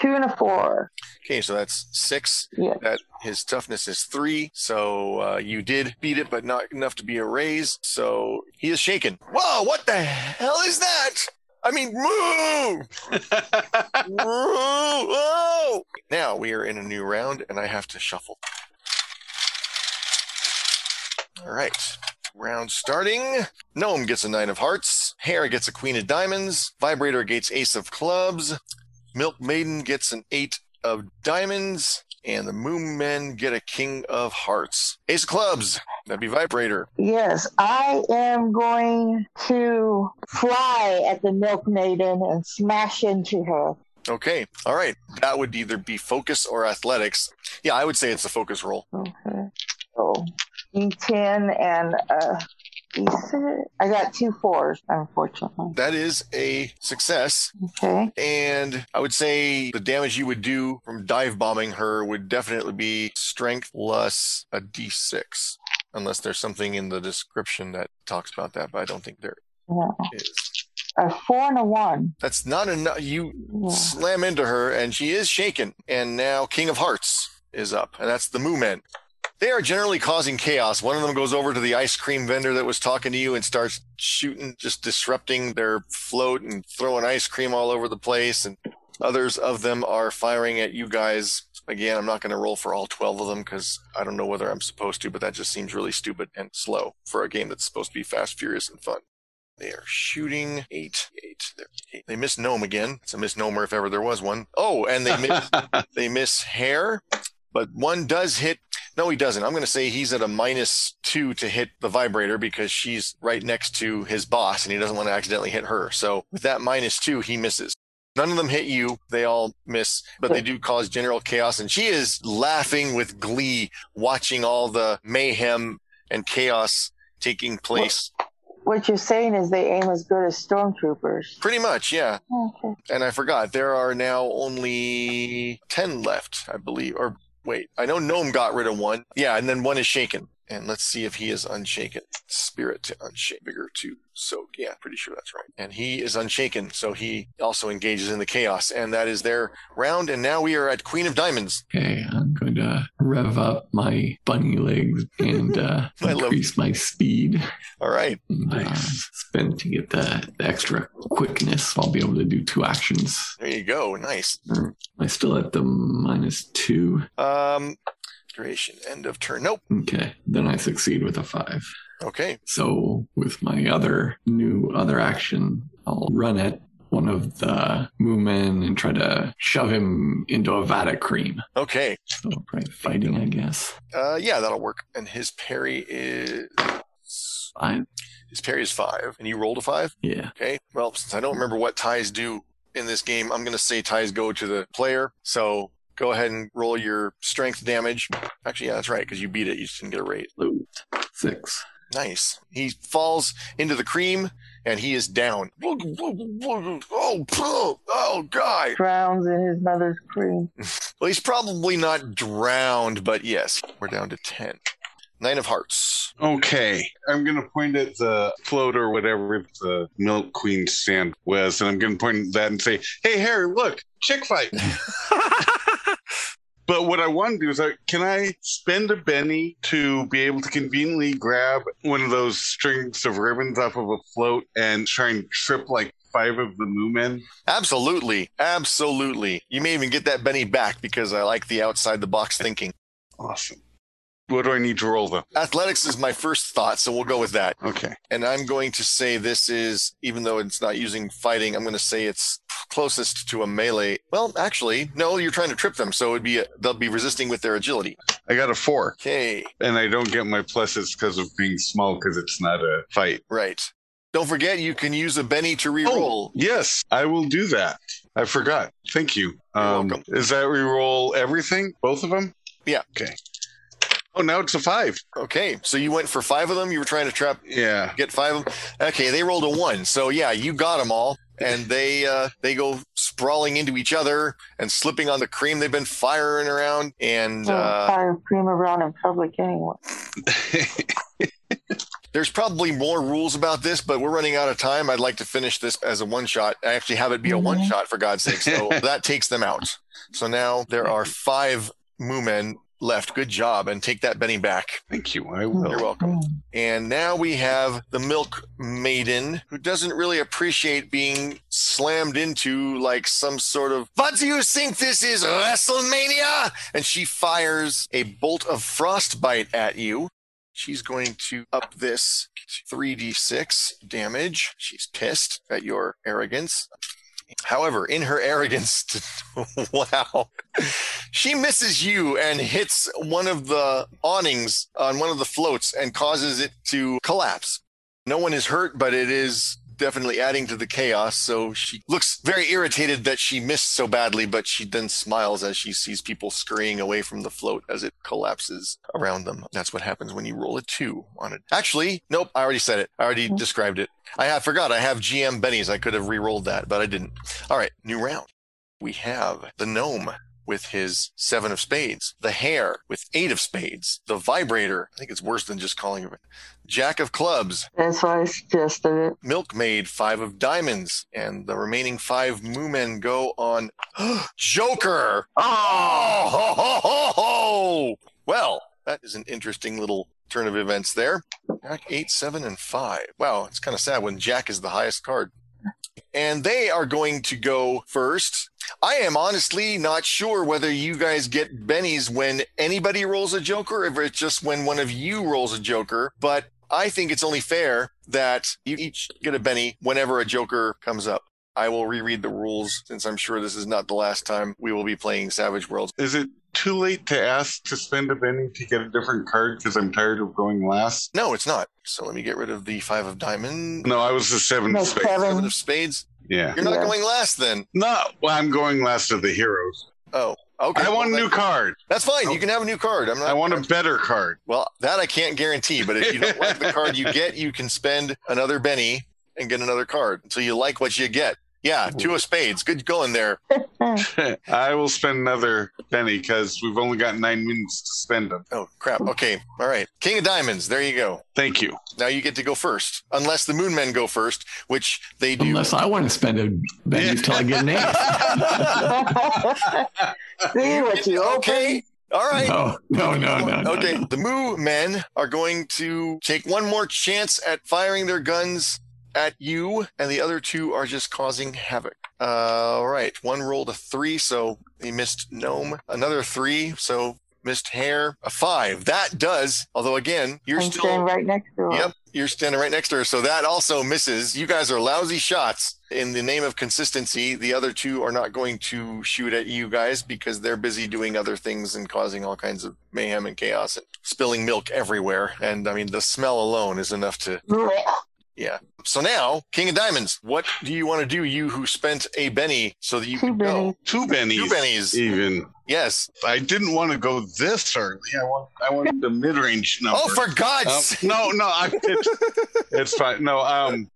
Speaker 4: Two and a four.
Speaker 2: Okay, so that's six.
Speaker 4: Yeah.
Speaker 2: That his toughness is three. So uh, you did beat it, but not enough to be a raise. So he is shaken. Whoa! What the hell is that? I mean, moo! Moo! Whoa! Now we are in a new round, and I have to shuffle. All right. Round starting. Gnome gets a nine of hearts. Hare gets a queen of diamonds. Vibrator gets ace of clubs. Milk Maiden gets an eight of diamonds. And the Moon Men get a king of hearts. Ace of clubs. That'd be Vibrator.
Speaker 4: Yes, I am going to fly at the milk maiden and smash into her.
Speaker 2: Okay. All right. That would either be focus or athletics. Yeah, I would say it's the focus roll.
Speaker 4: Okay. So D10 and uh, D6. I got two fours, unfortunately.
Speaker 2: That is a success.
Speaker 4: Okay.
Speaker 2: And I would say the damage you would do from dive bombing her would definitely be strength plus a d6. Unless there's something in the description that talks about that, but I don't think there
Speaker 4: Yeah.
Speaker 2: is.
Speaker 4: A four and a one.
Speaker 2: That's not enough. You
Speaker 4: Yeah.
Speaker 2: slam into her, and she is shaken. And now King of Hearts is up, and that's the Moo Men. They are generally causing chaos. One of them goes over to the ice cream vendor that was talking to you and starts shooting, just disrupting their float and throwing ice cream all over the place. And others of them are firing at you guys. Again, I'm not going to roll for all 12 of them because I don't know whether I'm supposed to, but that just seems really stupid and slow for a game that's supposed to be fast, furious, and fun. They are shooting eight, eight. They're- eight. They miss gnome again. It's a misnomer if ever there was one. Oh, and they miss, they miss hair, but one does hit. No, he doesn't. I'm going to say he's at a minus two to hit the vibrator because she's right next to his boss, and he doesn't want to accidentally hit her. So with that minus two, he misses. None of them hit you. They all miss, but they do cause general chaos. And she is laughing with glee, watching all the mayhem and chaos taking place.
Speaker 4: What you're saying is they aim as good as stormtroopers.
Speaker 2: Pretty much, yeah.
Speaker 4: Okay.
Speaker 2: And I forgot, there are now only 10 left, I believe. Or wait, I know Gnome got rid of one. Yeah, and then one is shaken. And let's see if he is unshaken. Spirit to unshake. Bigger to soak. Yeah, pretty sure that's right. And he is unshaken, so he also engages in the chaos. And that is their round. And now we are at Queen of Diamonds.
Speaker 3: Okay, I'm going to rev up my bunny legs and uh,
Speaker 2: I love-
Speaker 3: increase my speed.
Speaker 2: All right.
Speaker 3: And, uh, spin to get the, the extra quickness. I'll be able to do two actions.
Speaker 2: There you go. Nice.
Speaker 3: Am I still at the minus two?
Speaker 2: Um, duration, end of turn. Nope.
Speaker 3: Okay, then I succeed with a five.
Speaker 2: Okay.
Speaker 3: So with my other new other action, I'll run at one of the moomen and try to shove him into a vat of cream.
Speaker 2: Okay.
Speaker 3: So right, fighting, I guess.
Speaker 2: Uh, yeah, that'll work. And his parry is.
Speaker 3: Five.
Speaker 2: His parry is five, and you rolled a five.
Speaker 3: Yeah.
Speaker 2: Okay. Well, since I don't remember what ties do in this game, I'm going to say ties go to the player. So go ahead and roll your strength damage. Actually, yeah, that's right, because you beat it. You just didn't get a rate.
Speaker 3: Loot. Six.
Speaker 2: Nice. He falls into the cream, and he is down. Oh, oh, God.
Speaker 4: Drowns in his mother's cream.
Speaker 2: Well, he's probably not drowned, but yes, we're down to 10. Nine of hearts.
Speaker 5: Okay, I'm gonna point at the float or whatever the milk queen stand was, and I'm gonna point at that and say, "Hey, Harry, look, chick fight." but what I want to do is, I, can I spend a penny to be able to conveniently grab one of those strings of ribbons off of a float and try and trip like five of the moo men?
Speaker 2: Absolutely. Absolutely. You may even get that Benny back because I like the outside the box thinking.
Speaker 5: Awesome. What do I need to roll though?
Speaker 2: Athletics is my first thought, so we'll go with that.
Speaker 5: Okay.
Speaker 2: And I'm going to say this is, even though it's not using fighting, I'm going to say it's closest to a melee. Well, actually, no, you're trying to trip them, so it'd be a, they'll be resisting with their agility.
Speaker 5: I got a four,
Speaker 2: Okay,
Speaker 5: and I don't get my pluses because of being small, because it's not a fight. Oh,
Speaker 2: right. Don't forget, you can use a Benny to reroll.
Speaker 5: Yes, I will do that. I forgot. Thank you. Um,
Speaker 2: welcome.
Speaker 5: Is that reroll everything? Both of them?
Speaker 2: Yeah.
Speaker 5: Okay. Oh, now it's a five.
Speaker 2: Okay, so you went for five of them. You were trying to trap,
Speaker 5: Yeah.
Speaker 2: get five of them. Okay, they rolled a one, so yeah, you got them all. And they uh, they go sprawling into each other and slipping on the cream they've been firing around.
Speaker 4: Oh,
Speaker 2: And uh,
Speaker 4: fire cream around in public anyway.
Speaker 2: There's probably more rules about this, but we're running out of time. I'd like to finish this as a one shot. I actually have it be a one shot for God's sake. So that takes them out. So now there are five Moo Men left. Good job. And take that Benny back.
Speaker 5: Thank you. I will.
Speaker 2: You're welcome. And now we have the Milk Maiden, who doesn't really appreciate being slammed into like some sort of, What do you think this is, WrestleMania? And she fires a bolt of frostbite at you. She's going to up this 3d6 damage. She's pissed at your arrogance. However, in her arrogance, wow, she misses you and hits one of the awnings on one of the floats and causes it to collapse. No one is hurt, but it is definitely adding to the chaos. So she looks very irritated that she missed so badly, but she then smiles as she sees people scurrying away from the float as it collapses around them. That's what happens when you roll a two on it. Actually, nope, I already said it. I already described it. I have forgot I have GM Benny's. I could have re-rolled that, but I didn't. All right, new round. We have the gnome with his seven of spades, the hare with eight of spades, the vibrator. I think it's worse than just calling it jack of clubs,
Speaker 4: That's why I suggested it.
Speaker 2: milkmaid five of diamonds, and the remaining five moo men go on Joker. Oh, ho, ho, ho, ho. well, that is an interesting little turn of events there. Jack eight, seven, and five. Wow, it's kind of sad when Jack is the highest card. And they are going to go first. I am honestly not sure whether you guys get Benny's when anybody rolls a joker, or if it's just when one of you rolls a joker. But I think it's only fair that you each get a Benny whenever a joker comes up. I will reread the rules since I'm sure this is not the last time we will be playing Savage Worlds.
Speaker 5: Is it too late to ask to spend a penny to get a different card because I'm tired of going last?
Speaker 2: No, it's not. So let me get rid of the five of diamonds,
Speaker 5: No, I was the seven
Speaker 4: No,
Speaker 5: of spades.
Speaker 4: seven.
Speaker 2: seven of spades.
Speaker 5: Yeah.
Speaker 2: You're not
Speaker 4: Yeah.
Speaker 2: going last then.
Speaker 5: No, well, I'm going last of the heroes.
Speaker 2: Oh, okay.
Speaker 5: I want a
Speaker 2: Well,
Speaker 5: new
Speaker 2: that-
Speaker 5: card.
Speaker 2: That's fine. You can have a new card. I'm not.
Speaker 5: I want a better card.
Speaker 2: Well, that I can't guarantee, but if you don't like the card you get, you can spend another Benny and get another card until you like what you get. Yeah, two of spades. Good going there.
Speaker 5: I will spend another penny because we've only got nine minutes to spend them.
Speaker 2: Oh, crap. Okay. All right. King of diamonds. There you go.
Speaker 5: Thank you.
Speaker 2: Now you get to go first, unless the moon men go first, which they do.
Speaker 3: Unless I want to spend a Benny
Speaker 5: Yeah.
Speaker 3: till I get an eight.
Speaker 4: See what you
Speaker 2: okay. All right.
Speaker 3: No, no, no, no. no,
Speaker 2: okay,
Speaker 3: no.
Speaker 2: the Moo men are going to take one more chance at firing their guns at you, and the other two are just causing havoc. Uh, all right, one rolled a three, so he missed Gnome. Another three, so missed Hare. A five. That does, although again, you're
Speaker 4: I'm
Speaker 2: still.
Speaker 4: standing right next to her.
Speaker 2: Yep, you're standing right next to her, so that also misses. You guys are lousy shots. In the name of consistency, the other two are not going to shoot at you guys because they're busy doing other things and causing all kinds of mayhem and chaos and spilling milk everywhere. And I mean, the smell alone is enough to. Yeah. So now, King of Diamonds, what do you want to do? You who spent a Benny so that you
Speaker 4: Two
Speaker 2: could go.
Speaker 5: Two pennies.
Speaker 2: Two Bennies.
Speaker 5: Even.
Speaker 2: Yes.
Speaker 5: I didn't want to go this early. I want. I wanted the mid range number.
Speaker 2: Oh, for God's
Speaker 5: Um,
Speaker 2: sake.
Speaker 5: no, no, I, it's, it's fine. No, um,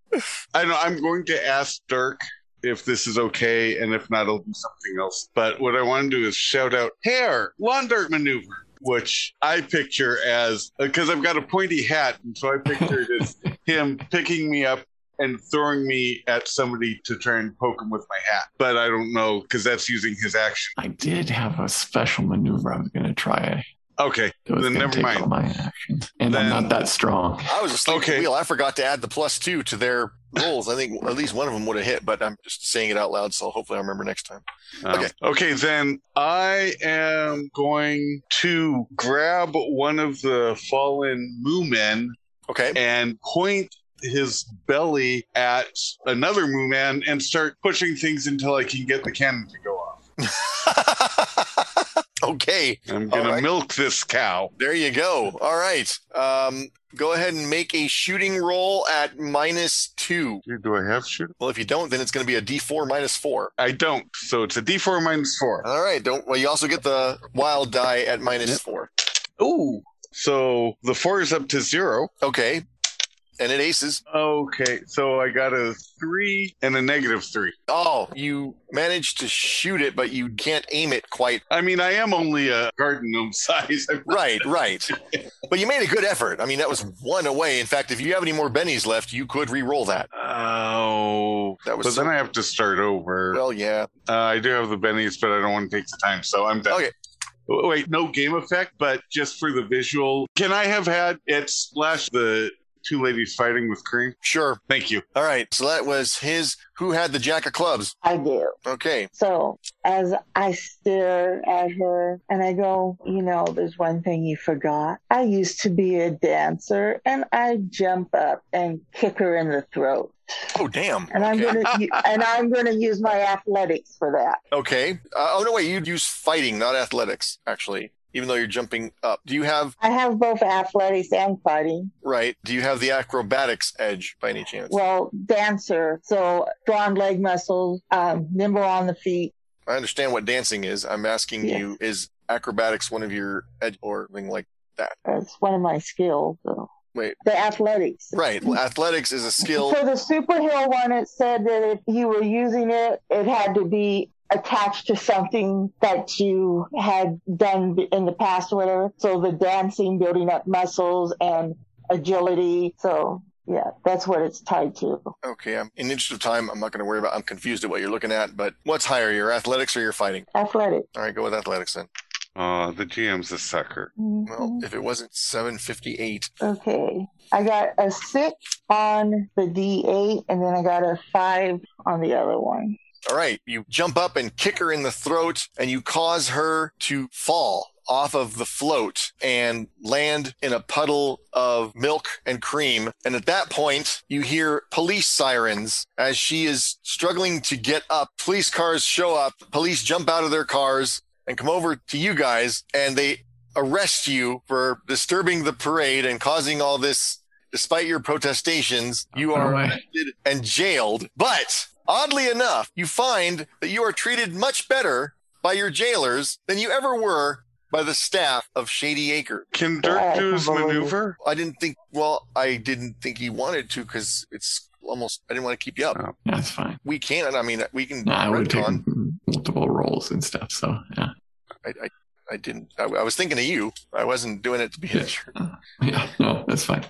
Speaker 5: I know I'm going to ask Dirk if this is okay, and if not, it'll be something else. But what I want to do is shout out hair lawn dart maneuver, which I picture as because I've got a pointy hat, and so I picture it as him picking me up. And throwing me at somebody to try and poke him with my hat, but I don't know because that's using his action.
Speaker 3: I did have a special maneuver I was going to try.
Speaker 5: Okay,
Speaker 3: It was going
Speaker 5: then
Speaker 3: to
Speaker 5: never
Speaker 3: take
Speaker 5: mind.
Speaker 3: all my actions. And
Speaker 5: Then-
Speaker 3: I'm not that strong.
Speaker 2: I was asleep at
Speaker 5: Okay.
Speaker 2: the wheel. I forgot to add the plus two to their rolls. I think at least one of them would have hit, but I'm just saying it out loud, so hopefully I remember next time. Okay.
Speaker 5: okay. Okay, then I am going to grab one of the fallen moo men
Speaker 2: Okay.
Speaker 5: and point his belly at another Moo Man and start pushing things until I can get the cannon to go off.
Speaker 2: Okay.
Speaker 5: I'm gonna
Speaker 2: All right.
Speaker 5: milk this cow.
Speaker 2: There you go. All right. Um, go ahead and make a shooting roll at minus two.
Speaker 5: Dude, do I have shoot?
Speaker 2: Well, if you don't, then it's going to be a D4 minus four.
Speaker 5: I don't. So it's a D4 minus four.
Speaker 2: All right. Don't. Well, you also get the wild die at minus
Speaker 5: Yep.
Speaker 2: four.
Speaker 5: Ooh. So the four is up to zero.
Speaker 2: Okay. And it aces.
Speaker 5: Okay, so I got a three and a negative three.
Speaker 2: Oh, you managed to shoot it, but you can't aim it quite.
Speaker 5: I mean, I am only a garden gnome size. I'm not-
Speaker 2: Right, right. But you made a good effort. I mean, that was one away. In fact, if you have any more bennies left, you could re-roll that.
Speaker 5: Oh,
Speaker 2: That was
Speaker 5: but
Speaker 2: so-
Speaker 5: then I have to start over.
Speaker 2: Well, yeah.
Speaker 5: uh, I do have the bennies, but I don't want to take the time, so I'm done.
Speaker 2: Okay.
Speaker 5: W- Wait, no game effect, but just for the visual, can I have had it splash the two ladies fighting with cream?
Speaker 2: Sure.
Speaker 5: Thank you.
Speaker 2: All right. So that was his. Who had the jack of clubs?
Speaker 4: I do.
Speaker 2: Okay.
Speaker 4: So as I stare at her and I go, you know, there's one thing you forgot. I used to be a dancer and I jump up and kick her in the throat.
Speaker 2: Oh, damn.
Speaker 4: And I'm
Speaker 2: okay.
Speaker 4: gonna u- and I'm gonna use my athletics for that.
Speaker 2: Okay. Uh, oh no, wait. You'd use fighting, not athletics, actually. Even though you're jumping up, do you have
Speaker 4: I have both athletics and fighting.
Speaker 2: right? Do you have the acrobatics edge by any chance?
Speaker 4: Well, dancer, so strong leg muscles, um, nimble on the feet.
Speaker 2: I understand what dancing is. I'm asking
Speaker 4: Yeah.
Speaker 2: you: Is acrobatics one of your edge or thing like?
Speaker 4: That's one of my skills. So.
Speaker 2: Wait.
Speaker 4: The athletics.
Speaker 2: Right. Well, athletics is a skill.
Speaker 4: So the superhero one, it said that if you were using it, it had to be attached to something that you had done in the past or whatever. So the dancing, building up muscles and agility. So yeah, that's what it's tied to.
Speaker 2: Okay. I'm, in the interest of time, I'm not going to worry about. I'm confused at what you're looking at. But what's higher, your athletics or your fighting?
Speaker 4: Athletic.
Speaker 2: All right, go with athletics then.
Speaker 5: Oh, the GM's a sucker.
Speaker 4: Mm-hmm.
Speaker 2: Well, if it wasn't 758,
Speaker 4: Okay. I got a six on the D8 and then I got a five on the other one.
Speaker 2: All right, you jump up and kick her in the throat, and you cause her to fall off of the float and land in a puddle of milk and cream. And at that point, you hear police sirens as she is struggling to get up. Police cars show up, police jump out of their cars and come over to you guys, and they arrest you for disturbing the parade and causing all this. Despite your protestations, you are
Speaker 3: Alright.
Speaker 2: arrested and jailed. But oddly enough, you find that you are treated much better by your jailers than you ever were by the staff of Shady Acre.
Speaker 5: Can
Speaker 4: Oh,
Speaker 5: Dirk do his
Speaker 4: unbelievable.
Speaker 5: maneuver?
Speaker 2: I didn't think, well, I didn't think he wanted to because it's almost, I didn't want to keep you up.
Speaker 3: That's fine.
Speaker 2: We can, I mean, we can
Speaker 3: No, I would take
Speaker 2: retcon.
Speaker 3: multiple rolls and stuff. So yeah,
Speaker 2: I, I, I didn't, I, I was thinking of you. I wasn't doing it to be
Speaker 3: Yeah. yeah, no, that's fine.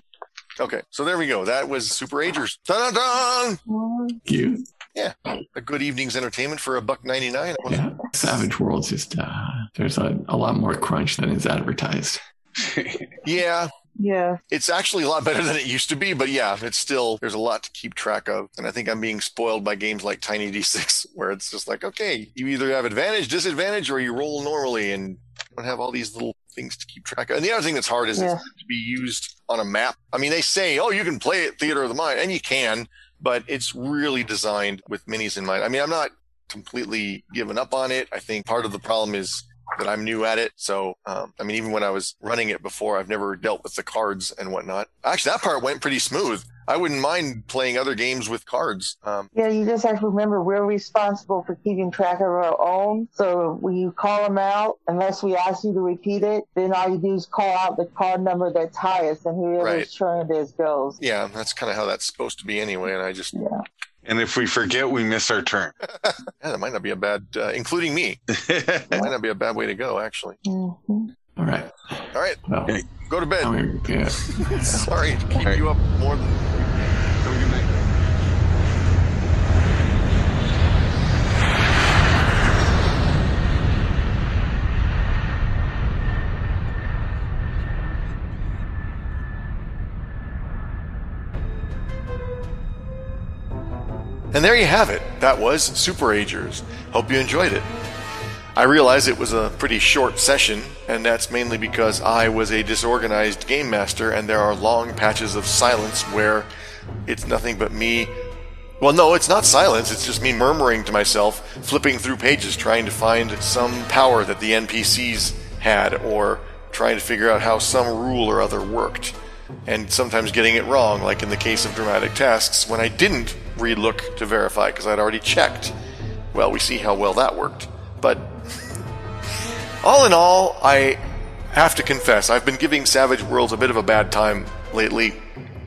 Speaker 2: Okay, so there we go. That was Super Agers. Dun-dun-dun!
Speaker 3: You,
Speaker 2: A good evening's entertainment for a buck 99.
Speaker 3: yeah. Savage Worlds just uh, there's a, a lot more crunch than is advertised.
Speaker 2: Yeah,
Speaker 4: Yeah.
Speaker 2: It's actually a lot better than it used to be, but yeah, it's still, there's a lot to keep track of. And I think I'm being spoiled by games like Tiny D6, where it's just like, okay, you either have advantage, disadvantage, or you roll normally and don't have all these little things to keep track of. And the other thing that's hard is
Speaker 4: Yeah.
Speaker 2: it's to be used on a map. I mean, they say, oh, you can play it Theater of the Mind, and you can, but it's really designed with minis in mind. I mean, I'm not completely given up on it. I think part of the problem is that I'm new at it. So, um, I mean, even when I was running it before, I've never dealt with the cards and whatnot. Actually, that part went pretty smooth. I wouldn't mind playing other games with cards. Um,
Speaker 4: Yeah, you just have to remember we're responsible for keeping track of our own. So when you call them out, unless we ask you to repeat it, then all you do is call out the card number that's highest, and whoever's
Speaker 2: Right.
Speaker 4: turn it is goes.
Speaker 2: yeah, that's kind of how that's supposed to be anyway. And I just, yeah,
Speaker 5: And if we forget, we miss our turn.
Speaker 2: that might not be a bad, uh, including me, that might not be a bad way to go, actually.
Speaker 4: Mhm.
Speaker 3: All right.
Speaker 2: All right,
Speaker 3: Well,
Speaker 5: Hey.
Speaker 2: go to bed.
Speaker 3: I mean, yeah.
Speaker 2: Sorry to keep
Speaker 5: Hey.
Speaker 2: you up more than.
Speaker 5: Have a good night.
Speaker 2: And there you have it. That was Super Agers. Hope you enjoyed it. I realize it was a pretty short session, and that's mainly because I was a disorganized game master, and there are long patches of silence where It's nothing but me. Well, no, it's not silence. It's just me murmuring to myself, flipping through pages, trying to find some power that the NPCs had, or trying to figure out how some rule or other worked. And sometimes getting it wrong, like in the case of dramatic tasks, when I didn't relook to verify because I'd already checked. Well, we see how well that worked. But all in all, I have to confess, I've been giving Savage Worlds a bit of a bad time lately,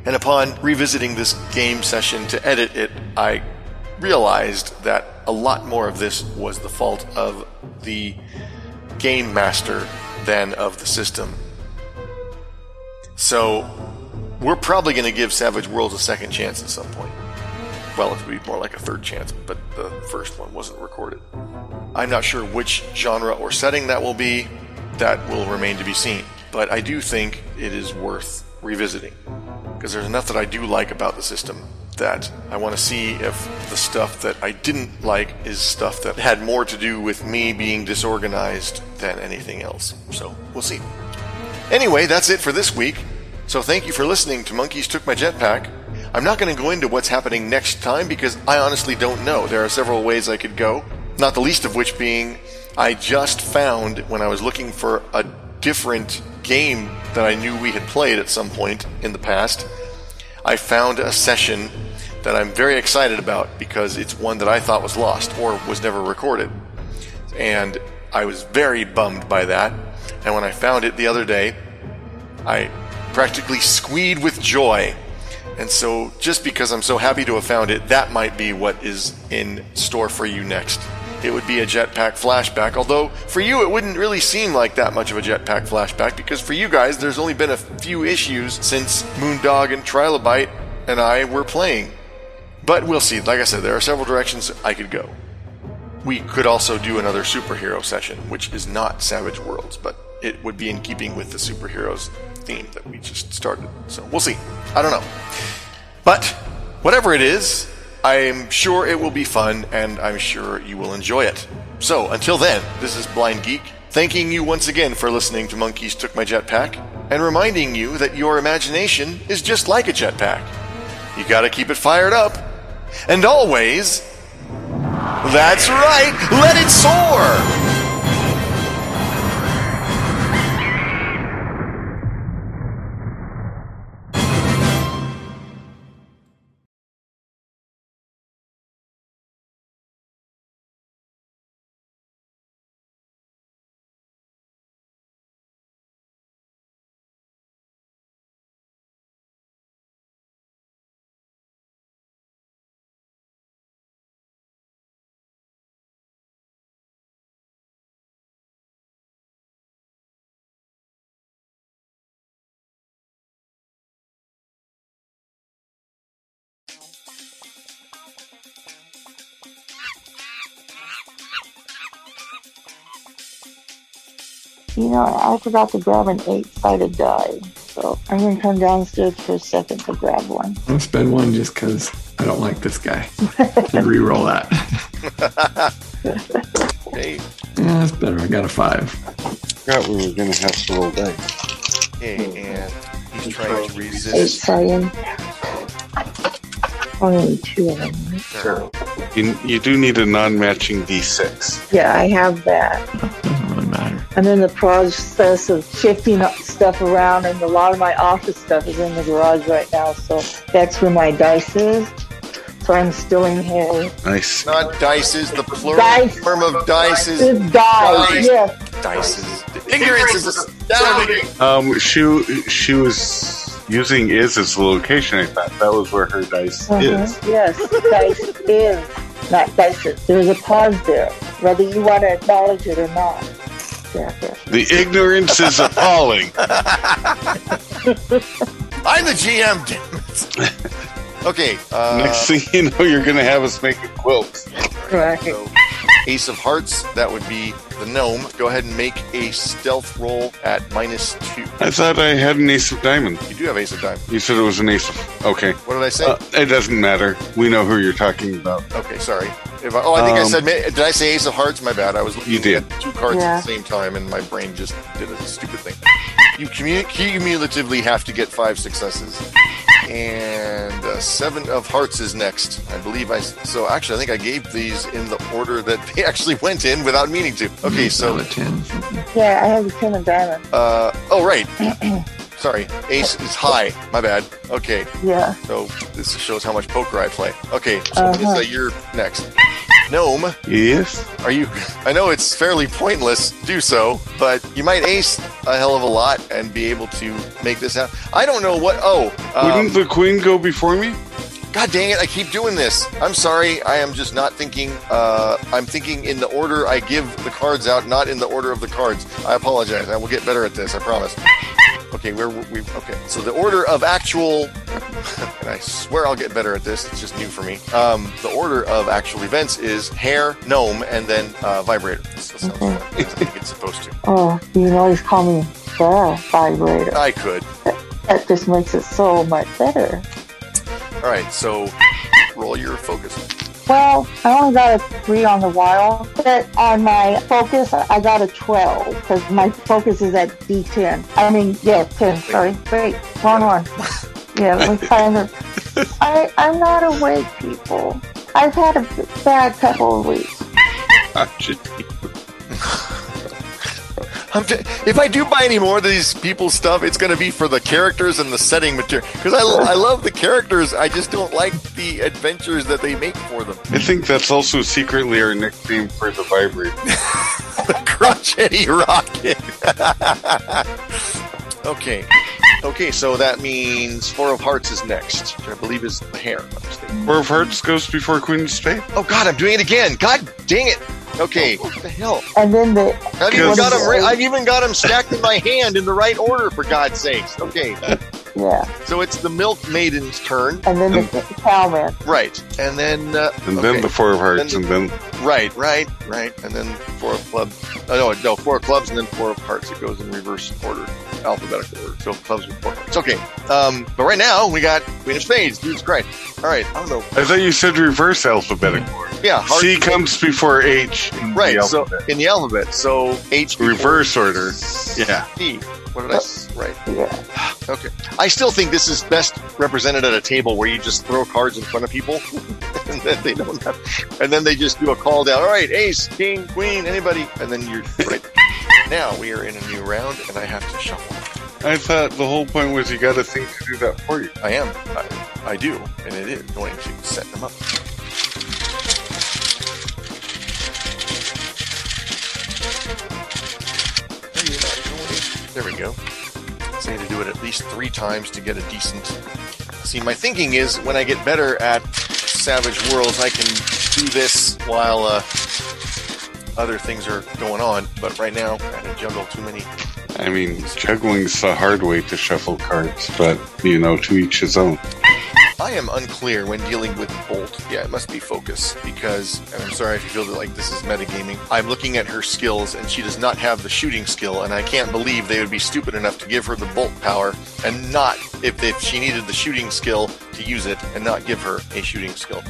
Speaker 2: and upon revisiting this game session to edit it, I realized that a lot more of this was the fault of the game master than of the system. So, we're probably going to give Savage Worlds a second chance at some point. Well, it would be more like a third chance, but the first one wasn't recorded. I'm not sure which genre or setting that will be. That will remain to be seen. But I do think it is worth revisiting. Because there's enough that I do like about the system that I want to see if the stuff that I didn't like is stuff that had more to do with me being disorganized than anything else. So we'll see. Anyway, that's it for this week. So thank you for listening to Monkeys Took My Jetpack. I'm not going to go into what's happening next time because I honestly don't know. There are several ways I could go, not the least of which being I just found when I was looking for a different game that I knew we had played at some point in the past. I found a session that I'm very excited about because it's one that I thought was lost or was never recorded. And I was very bummed by that. And when I found it the other day, I practically squeed with joy. And so, just because I'm so happy to have found it, that might be what is in store for you next. It would be a jetpack flashback, although for you it wouldn't really seem like that much of a jetpack flashback because for you guys there's only been a few issues since Moondog and Trilobite and I were playing. But we'll see. Like I said, there are several directions I could go. We could also do another superhero session, which is not Savage Worlds, but it would be in keeping with the superheroes theme that we just started. So we'll see. I don't know. But whatever it is, I'm sure it will be fun and I'm sure you will enjoy it. So until then, this is Blind Geek, thanking you once again for listening to Monkeys Took My Jetpack and reminding you that your imagination is just like a jetpack. You gotta keep it fired up. And always, that's right, let it soar!
Speaker 4: You know, I forgot to grab an eight-sided die, so I'm gonna come downstairs for a second to grab one.
Speaker 3: I'll spend one just because I don't like this guy. and re-roll that.
Speaker 2: Hey,
Speaker 3: Yeah, that's better. I got a five.
Speaker 5: forgot we were going to have to roll dice.
Speaker 2: hey, and he's trying to
Speaker 4: Eight
Speaker 2: resist.
Speaker 4: sided. Only two of them. right?
Speaker 5: You, you do need a non matching d6.
Speaker 4: Yeah, I have that.
Speaker 3: Doesn't really matter.
Speaker 4: I'm in the process of shifting up stuff around, and a lot of my office stuff is in the garage right now, so that's where my dice is. So I'm still in here.
Speaker 5: Nice.
Speaker 2: Not dice is the plural
Speaker 4: Dice.
Speaker 2: form of dice is
Speaker 4: It's dice,
Speaker 2: Dice.
Speaker 4: yes.
Speaker 2: dice is ignorance is astounding.
Speaker 5: Um, she, she was using is as the location, I thought. That was where her dice
Speaker 4: Uh-huh.
Speaker 5: is.
Speaker 4: Yes, dice is, not dices. There's a pause there, whether you want to acknowledge it or not. Yeah, yeah.
Speaker 5: The ignorance is appalling.
Speaker 2: I'm the GM. Damn it. okay. Uh,
Speaker 5: Next thing you know, you're going to have us make a quilt.
Speaker 4: Right.
Speaker 2: So, Ace of Hearts, that would be the gnome. Go ahead and make a stealth roll at minus two.
Speaker 5: I thought I had an ace of diamonds.
Speaker 2: You do have Ace of Diamonds.
Speaker 5: You said it was an ace of. Okay.
Speaker 2: What did I say?
Speaker 5: Uh, it doesn't matter. We know who you're talking about.
Speaker 2: okay, sorry. If I, oh, I think I
Speaker 5: um,
Speaker 2: said. ma- Did I say Ace of Hearts? My bad. I was looking
Speaker 5: You did.
Speaker 2: at two cards
Speaker 4: Yeah.
Speaker 2: at the same time, and my brain just did a stupid thing. You commu- cumulatively have to get five successes, and And uh, Seven of Hearts is next. I believe I. So actually, I think I gave these in the order that they actually went in without meaning to. Okay, so.
Speaker 4: Yeah, I have a ten of diamonds.
Speaker 2: Uh, oh, right. Sorry, ace is high. My bad. Okay.
Speaker 4: Yeah.
Speaker 2: So this shows how much poker I play. Okay, so
Speaker 4: Uh-huh.
Speaker 2: it's, uh, you're next. Gnome.
Speaker 5: Yes.
Speaker 2: Are you? I know it's fairly pointless. Do so, but you might ace a hell of a lot and be able to make this happen. I don't know what. Oh,
Speaker 5: Wouldn't the queen go before me?
Speaker 2: God dang it! I keep doing this. I'm sorry. I am just not thinking. Uh, I'm thinking in the order I give the cards out, not in the order of the cards. I apologize. I will get better at this. I promise. Okay, where we? Okay, so the order of actual, and I swear I'll get better at this. It's just new for me. Um, the order of actual events is hair, gnome, and then uh, vibrator. So, so, I think it's supposed to.
Speaker 4: Oh, you can always call me the vibrator.
Speaker 2: I could.
Speaker 4: That just makes it so much better.
Speaker 2: All right, so roll your focus.
Speaker 4: Well, I only got a three on the wild, but on my focus, I got a 12 because my focus is at D10. I mean, yeah, 10, sorry. Wait, wrong one. Yeah, let's find it. I, I'm not awake, people. I've had a bad couple of weeks.
Speaker 2: I'm t- if I do buy any more of these people's stuff, it's going to be for the characters and the setting material. Because I, I love the characters, I just don't like the adventures that they make for them.
Speaker 5: I think that's also secretly our nickname for the vibrator.
Speaker 2: Crotchety rocket. okay. Okay, so that means Four of Hearts is next, which I believe is the hair. if I'm not mistaken.
Speaker 5: Four of Hearts goes before Queen of Spades.
Speaker 2: Oh, God, I'm doing it again. God dang it. Okay. Oh, What the hell? Oh.
Speaker 4: And then the.
Speaker 2: I've even,
Speaker 4: what
Speaker 2: got
Speaker 4: is
Speaker 2: them,
Speaker 4: it?
Speaker 2: I've even got 'em stacked in my hand in the right order, for God's sakes. Okay.
Speaker 4: Yeah.
Speaker 2: So it's the Milk Maiden's turn.
Speaker 4: And then the, the cowman.
Speaker 2: Right. And then. Uh,
Speaker 5: And
Speaker 2: okay.
Speaker 5: then the Four of Hearts,
Speaker 2: Then-
Speaker 5: and then
Speaker 2: Right, right, right. And then four of clubs. Oh, no, no, four of clubs and then four of hearts. It goes in reverse order, alphabetical order. So clubs with four hearts. Okay. Um, but right now we got Queen of Spades. Jesus Christ. All right. I don't know.
Speaker 5: I thought you said reverse alphabetic order.
Speaker 2: Yeah. Heart,
Speaker 5: C comes before H. in the
Speaker 2: right. So
Speaker 5: alphabet.
Speaker 2: in the alphabet. So H. before
Speaker 5: reverse order. Yeah.
Speaker 2: C. What did I s- right?
Speaker 4: Yeah.
Speaker 2: Okay. I still think this is best represented at a table where you just throw cards in front of people, and then they don't have, and then they just do a call down. All right, ace, king, queen, anybody, and then you're right. now we are in a new round, and I have to shuffle.
Speaker 5: I thought the whole point was you got a thing to do that for you.
Speaker 2: I am. I, I do, and it is going to set them up. There we go. So I need to do it at least three times to get a decent. See, my thinking is when I get better at Savage Worlds, I can do this while uh, other things are going on. But right now, I had to juggle too many.
Speaker 5: I mean, juggling's the hard way to shuffle cards, but, you know, to each his own.
Speaker 2: I am unclear when dealing with Bolt. Yeah, it must be focus because, and I'm sorry if you feel that like this is metagaming. I'm looking at her skills and she does not have the shooting skill, and I can't believe they would be stupid enough to give her the Bolt power and not, if, if she needed the shooting skill, to use it and not give her a shooting skill.